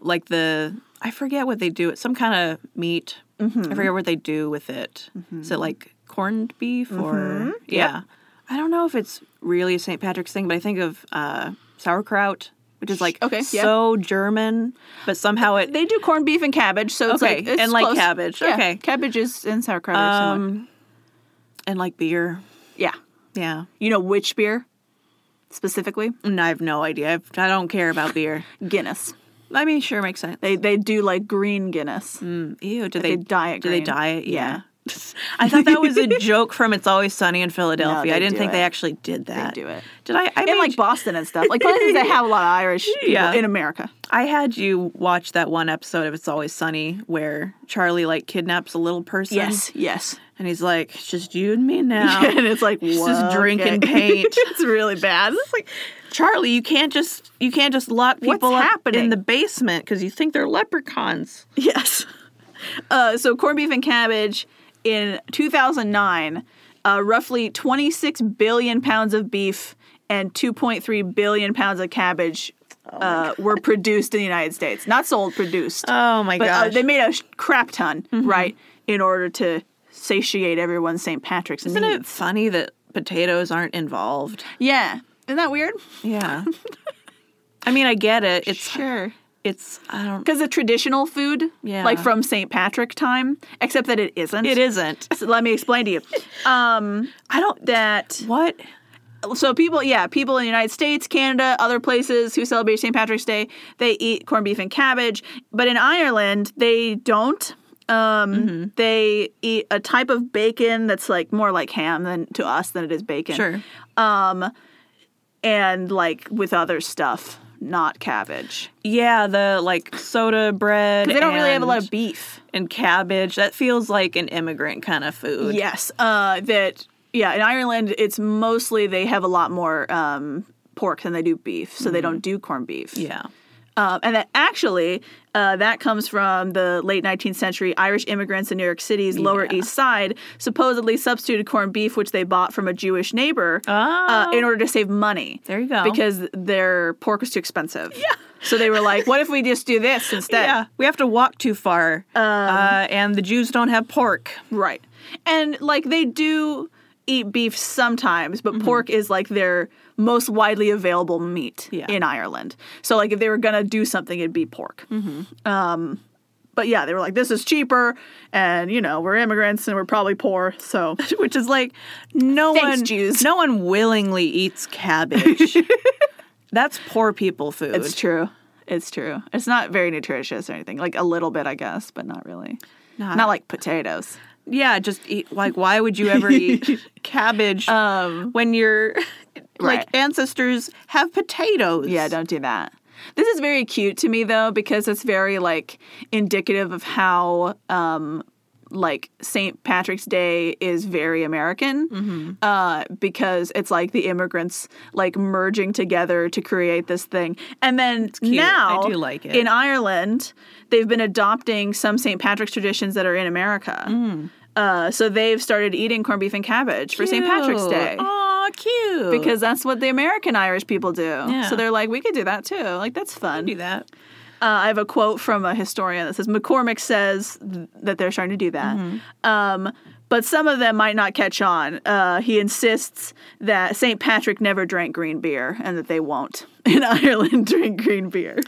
S2: like the I forget what they do. It's some kind of meat.
S1: Mm-hmm.
S2: I forget what they do with it. Is it like corned beef or
S1: Mm-hmm.
S2: yeah? I don't know if it's really a St. Patrick's thing, but I think of uh, sauerkraut, which is like
S1: Okay, yeah.
S2: so German, but somehow it
S1: They do corned beef and cabbage, so it's
S2: Okay,
S1: like it's
S2: and like
S1: close.
S2: cabbage,
S1: Yeah,
S2: okay.
S1: cabbage is in sauerkraut. or something.
S2: um and like beer.
S1: yeah,
S2: Yeah.
S1: you know which beer specifically?
S2: And I have no idea. I've, I don't care about beer.
S1: Guinness.
S2: I mean, sure makes sense.
S1: They they do like green Guinness.
S2: Mm, ew, do
S1: they
S2: they,
S1: dye it
S2: Do they
S1: green.
S2: dye it?
S1: Yeah.
S2: Yeah. I thought that was a joke from It's Always Sunny in Philadelphia.
S1: No, they
S2: I didn't
S1: do
S2: think they
S1: it.
S2: actually did that.
S1: do it.
S2: Did I? I
S1: in
S2: made-
S1: like Boston and stuff, like places that have a lot of Irish people
S2: Yeah.
S1: in America.
S2: I had you watch that one episode of It's Always Sunny where Charlie like kidnaps a little person.
S1: yes.
S2: And he's like, "It's just you and me now."
S1: and it's like
S2: He's just
S1: "Whoa,
S2: drinking
S1: okay."
S2: paint.
S1: it's really bad. It's like
S2: Charlie, you can't just you can't just lock
S1: What's
S2: people up
S1: happening?
S2: in the basement because you think they're leprechauns.
S1: yes. Uh, so corned beef and cabbage in 2009, uh, roughly 26 billion pounds of beef and 2.3 billion pounds of cabbage. uh, were produced in the United States, not sold, produced.
S2: Oh my
S1: but uh,
S2: gosh!
S1: they made a sh- crap ton, right, in order to satiate everyone's St. Patrick's
S2: Isn't
S1: needs.
S2: it funny that potatoes aren't involved?
S1: Yeah. Isn't that weird?
S2: Yeah. I mean, I get it. It's
S1: Sure.
S2: it's I don't.
S1: Because a traditional food,
S2: Yeah.
S1: like from St. Patrick time, except that it isn't.
S2: It isn't.
S1: So let me explain to you. Um,
S2: I don't.
S1: that
S2: What?
S1: so people, yeah, people in the United States, Canada, other places who celebrate St. Patrick's Day, they eat corned beef and cabbage. But in Ireland, they don't. Um,
S2: Mm-hmm.
S1: They eat a type of bacon that's like more like ham than to us than it is bacon.
S2: Sure.
S1: And like with other stuff, not cabbage.
S2: Yeah, the like soda bread.
S1: Because they don't really have a lot
S2: and-
S1: of beef.
S2: and cabbage. That feels like an immigrant kind of food.
S1: Yes, uh, that yeah. In Ireland, it's mostly they have a lot more um, pork than they do beef, so they don't do corned beef.
S2: Hmm. Yeah.
S1: Um, and that actually, uh, that comes from the late 19th century Irish immigrants in New York City's Lower East Side supposedly substituted corned beef, which they bought from a Jewish neighbor, uh, in order to save money.
S2: Oh. There you go.
S1: Because their pork was too expensive. Yeah. So they were like, "What if we just do this instead?"
S2: Yeah, we have to walk too far,
S1: Um,
S2: uh, and the Jews don't have pork.
S1: Right. And like they do eat beef sometimes, but pork is like their most widely available meat
S2: Yeah.
S1: in Ireland. So like if they were gonna do something, it'd be pork. Um, but yeah, they were like, "This is cheaper," and you know we're immigrants and we're probably poor, so
S2: Which is like no
S1: Thanks,
S2: one
S1: Jews.
S2: no one willingly eats cabbage. That's poor people food.
S1: it's true. It's true. It's not very nutritious or anything. Like a little bit, I guess, but not really.
S2: Not-
S1: Not like potatoes.
S2: Yeah, just eat. Like, why would you ever eat cabbage
S1: Um,
S2: when your
S1: Right.
S2: like ancestors have potatoes?
S1: Yeah, don't do that. This is very cute to me though because it's very like indicative of how um like St. Patrick's Day is very American
S2: Mm-hmm.
S1: uh, because it's like the immigrants like merging together to create this thing, and then
S2: cute. I
S1: now
S2: do like it.
S1: in Ireland they've been adopting some St. Patrick's traditions that are in America.
S2: Mm.
S1: Uh, so they've started eating corned beef and cabbage for St. Patrick's Day
S2: Aw, cute.
S1: because that's what the American Irish people do.
S2: Yeah.
S1: So they're like, we could do that too. Like that's fun.
S2: do that.
S1: Uh, I have a quote from a historian that says McCormick says th- that they're starting to do that. Um, but some of them might not catch on. Uh, he insists that St. Patrick never drank green beer and that they won't in Ireland drink green beer.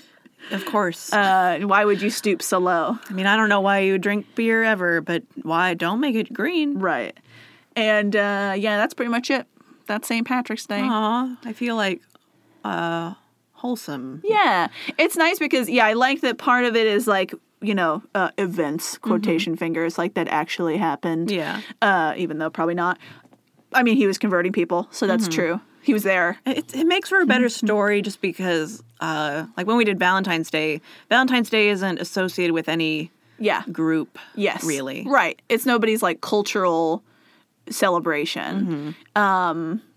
S2: Of course.
S1: Uh, why would you stoop so low?
S2: I mean, I don't know why you drink beer ever, but why don't make it green?
S1: Right. And uh, yeah, that's pretty much it. That's St. Patrick's Day.
S2: Aw, I feel like uh, wholesome.
S1: Yeah, it's nice because yeah, I like that part of it is like you know uh, events quotation fingers like that actually happened.
S2: Mm-hmm. Yeah.
S1: uh, even though probably not. I mean, he was converting people, so that's
S2: Mm-hmm.
S1: true. He was there.
S2: It, it makes for a better story just because, uh, like when we did Valentine's Day, Valentine's Day isn't associated with any
S1: Yeah.
S2: group.
S1: Yes.
S2: Really.
S1: Right. It's nobody's like cultural celebration.
S2: Mm-hmm.
S1: Um,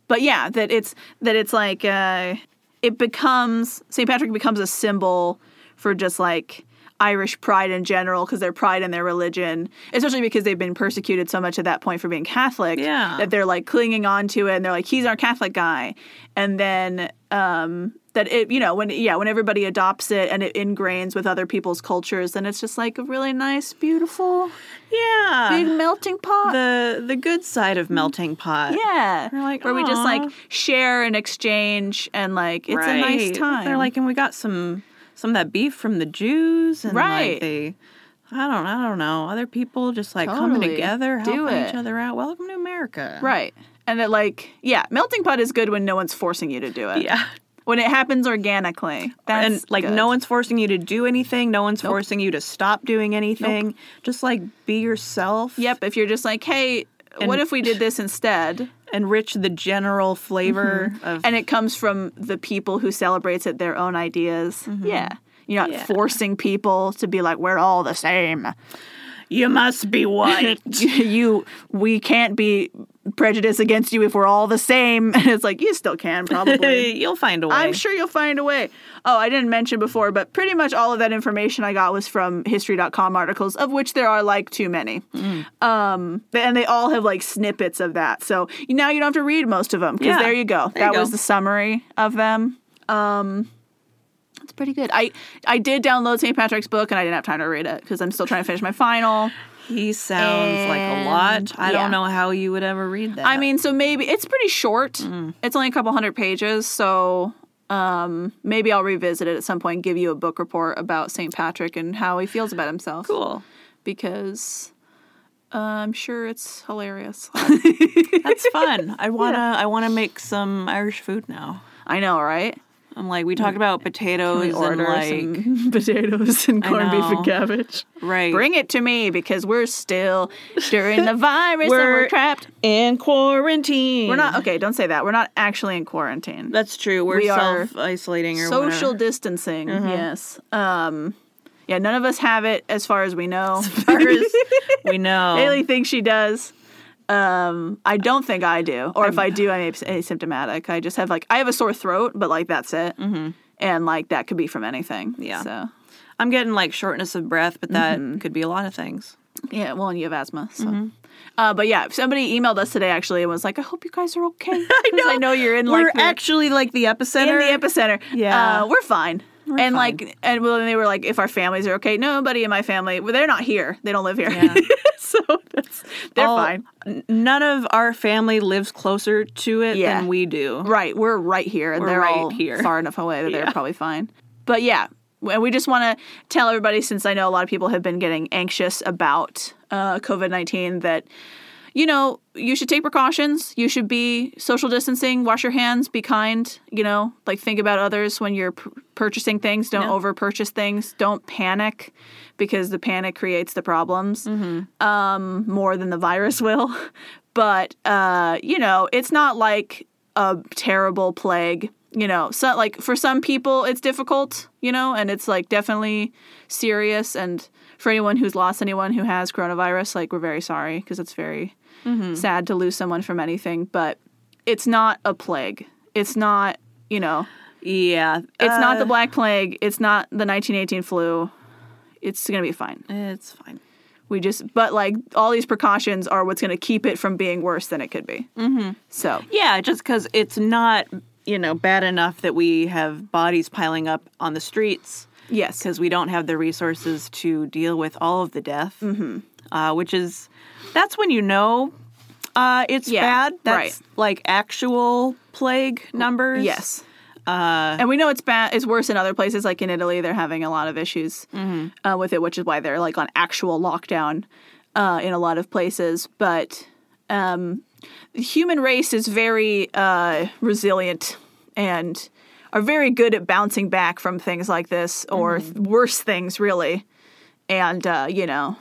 S1: but yeah, that it's that it's like uh, it becomes St. Patrick becomes a symbol for just like Irish pride in general because their pride in their religion, especially because they've been persecuted so much at that point for being Catholic,
S2: Yeah.
S1: that they're like clinging on to it and they're like, he's our Catholic guy, and then. Um, that it you know when yeah when everybody adopts it and it ingrains with other people's cultures then it's just like a really nice beautiful
S2: Yeah.
S1: big melting pot.
S2: the the good side of melting pot.
S1: yeah.
S2: We're like,
S1: where we just like
S2: "Aw."
S1: share and exchange and like it's a nice
S2: Right.
S1: time.
S2: They're like, and we got some some of that beef from the Jews, and
S1: Right.
S2: like they, I don't, I don't know, other people just like coming
S1: Totally.
S2: together,
S1: Do
S2: helping
S1: it.
S2: each other out. Welcome to America.
S1: right. And that like yeah, melting pot is good when no one's forcing you to do it.
S2: Yeah.
S1: When it happens organically. That's
S2: and like
S1: good.
S2: no one's forcing you to do anything. No one's forcing you to stop doing anything. Just like be yourself.
S1: Yep, if you're just like, "Hey, what
S2: And-
S1: if we did this instead?"
S2: Enrich the general flavor of.
S1: and it comes from the people who celebrates it their own ideas. Yeah. You're not
S2: Mm-hmm. Yeah.
S1: forcing people to be like, "We're all the same."
S2: you must be white.
S1: you we can't be prejudiced against you if we're all the same and it's like you still can probably
S2: You'll find a way.
S1: i'm sure you'll find a way oh i didn't mention before but pretty much all of that information i got was from history.com articles of which there are like too many
S2: Mm.
S1: um and they all have like snippets of that so now you don't have to read most of them because
S2: Yeah.
S1: there you go
S2: There you
S1: that
S2: go.
S1: was the summary of them um it's pretty good. I I did download St. Patrick's book and I didn't have time to read it because I'm still trying to finish my final.
S2: He sounds like a lot.
S1: And-
S2: I
S1: yeah.
S2: don't know how you would ever read that.
S1: I mean, so maybe it's pretty short. It's only a couple hundred pages, so um, maybe I'll revisit it at some point. And give you a book report about St. Patrick and how he feels about himself.
S2: cool.
S1: because uh, I'm sure it's hilarious.
S2: That's fun. I wanna I wanna make some Irish food now.
S1: I know, right?
S2: I'm like we talked about potatoes and
S1: Order
S2: like
S1: some potatoes and corned beef and
S2: know.
S1: cabbage.
S2: right
S1: Bring it to me because we're still during the virus and we're
S2: We're-
S1: trapped.
S2: in quarantine.
S1: We're not okay. Don't say that. We're not actually in quarantine.
S2: That's true. We're
S1: We are
S2: self isolating or
S1: social
S2: whatever. Mm-hmm.
S1: distancing yes um yeah none of us have it as far as we know
S2: First, we know.
S1: haley thinks she does um i don't think i do or if i do i'm as- asymptomatic i just have like i have a sore throat but like that's it mm-hmm. and like that could be from anything
S2: Yeah.
S1: so
S2: I'm getting like shortness of breath, but that
S1: Mm-hmm.
S2: could be a lot of things.
S1: yeah well and you have asthma so
S2: Mm-hmm.
S1: uh but yeah somebody emailed us today actually and was like i hope you guys are okay i know i know you're in like
S2: we're
S1: the-
S2: actually like the epicenter.
S1: in the epicenter.
S2: Yeah.
S1: uh, we're fine. and
S2: fine.
S1: like, and well, they were like, if our families are okay, nobody in my family, well, they're not here. They don't live here,
S2: Yeah.
S1: so that's they're
S2: All-
S1: fine.
S2: n- None of our family lives closer to it
S1: Yeah.
S2: than we do.
S1: Right, we're right here, and
S2: We're
S1: they're
S2: right
S1: all
S2: here.
S1: far enough away that they're
S2: Yeah.
S1: probably fine. But yeah, and we just want to tell everybody, since I know a lot of people have been getting anxious about uh, COVID nineteen, that you know, you should take precautions. You should be social distancing, wash your hands, be kind, you know, like think about others when you're p- purchasing things. Don't
S2: Yeah.
S1: over purchase things. Don't panic because the panic creates the problems
S2: Mm-hmm.
S1: um, more than the virus will. But, uh, you know, it's not like a terrible plague. You know, so like for some people it's difficult, you know, and it's like definitely serious. And for anyone who's lost anyone who has coronavirus, like we're very sorry because it's very sad to lose someone from anything, but it's not a plague. It's not, you know,
S2: Yeah.
S1: it's not the
S2: uh,
S1: Black Plague. It's not the 1918 flu. It's going to be fine.
S2: Uh, It's fine.
S1: We just, but like all these precautions are what's going to keep it from being worse than it could be. Mm-hmm. So,
S2: Yeah, just because it's not, you know, bad enough that we have bodies piling up on the streets
S1: yes.
S2: because we don't have the resources to deal with all of the death, mm-hmm. uh, which is, that's when you know uh, it's
S1: Yeah,
S2: bad. That's
S1: right.
S2: like actual plague numbers.
S1: Yes. Uh, and we know it's bad. It's worse in other places, like in Italy. They're having a lot of issues uh, with it, which is why they're like on actual lockdown uh, in a lot of places. But um, the human race is very uh, resilient and are very good at bouncing back from things like this or th- worse things, really. And uh, you know,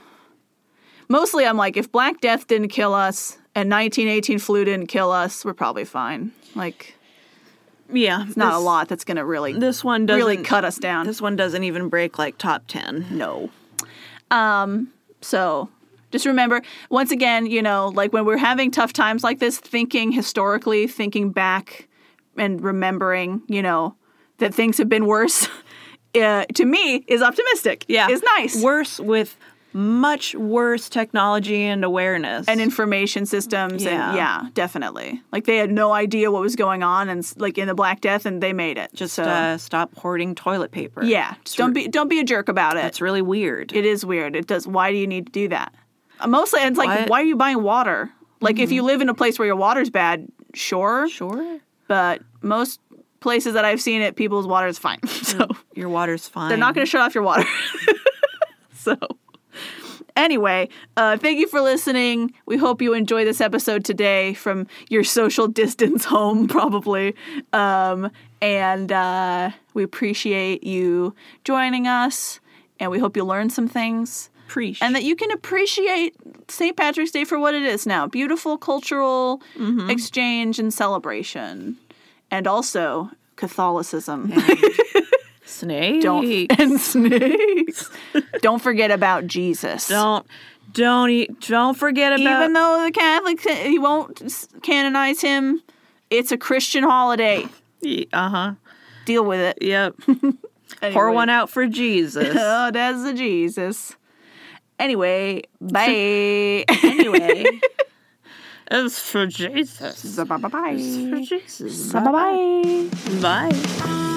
S1: mostly I'm like, if Black Death didn't kill us and 1918 flu didn't kill us, we're probably fine. Like
S2: Yeah.
S1: not a lot that's going to really
S2: This one doesn't
S1: really cut us down.
S2: This one doesn't even break like top ten.
S1: no. Um so just remember once again, you know, like when we're having tough times like this, thinking historically, thinking back and remembering, you know, that things have been worse. Uh, to me is optimistic.
S2: Yeah,
S1: Is nice.
S2: Worse with much worse technology and awareness.
S1: and information systems
S2: Yeah.
S1: and yeah, definitely. Like they had no idea what was going on and s- like in the Black Death and they made it.
S2: just
S1: so,
S2: uh, stop hoarding toilet paper.
S1: yeah. Just don't be don't be a jerk about it.
S2: It's really weird.
S1: it is weird. It does. Why do you need to do that? Uh, Mostly, it's like,
S2: What?
S1: why are you buying water? Like, if you live in a place where your water's bad, sure.
S2: sure,
S1: But most places that I've seen it, people's water is fine. So
S2: your water's fine.
S1: they're not going to shut off your water. so, anyway, uh, thank you for listening. We hope you enjoy this episode today from your social distance home, probably. Um, and uh, we appreciate you joining us. And we hope you learned some things
S2: preach.
S1: and that you can appreciate St. Patrick's Day for what it is now beautiful cultural
S2: Mm-hmm.
S1: exchange and celebration, and also Catholicism.
S2: snake.
S1: Don't, and snakes. Don't forget about Jesus.
S2: don't don't eat. Don't forget about.
S1: Even though the Catholics he won't s- canonize him, it's a Christian holiday.
S2: uh huh.
S1: Deal with it.
S2: Yep. Pour
S1: Anyway.
S2: one out for Jesus.
S1: Oh, that's the Jesus. Anyway, bye.
S2: anyway, it's for Jesus.
S1: bye bye.
S2: Jesus.
S1: Bye bye.
S2: Bye.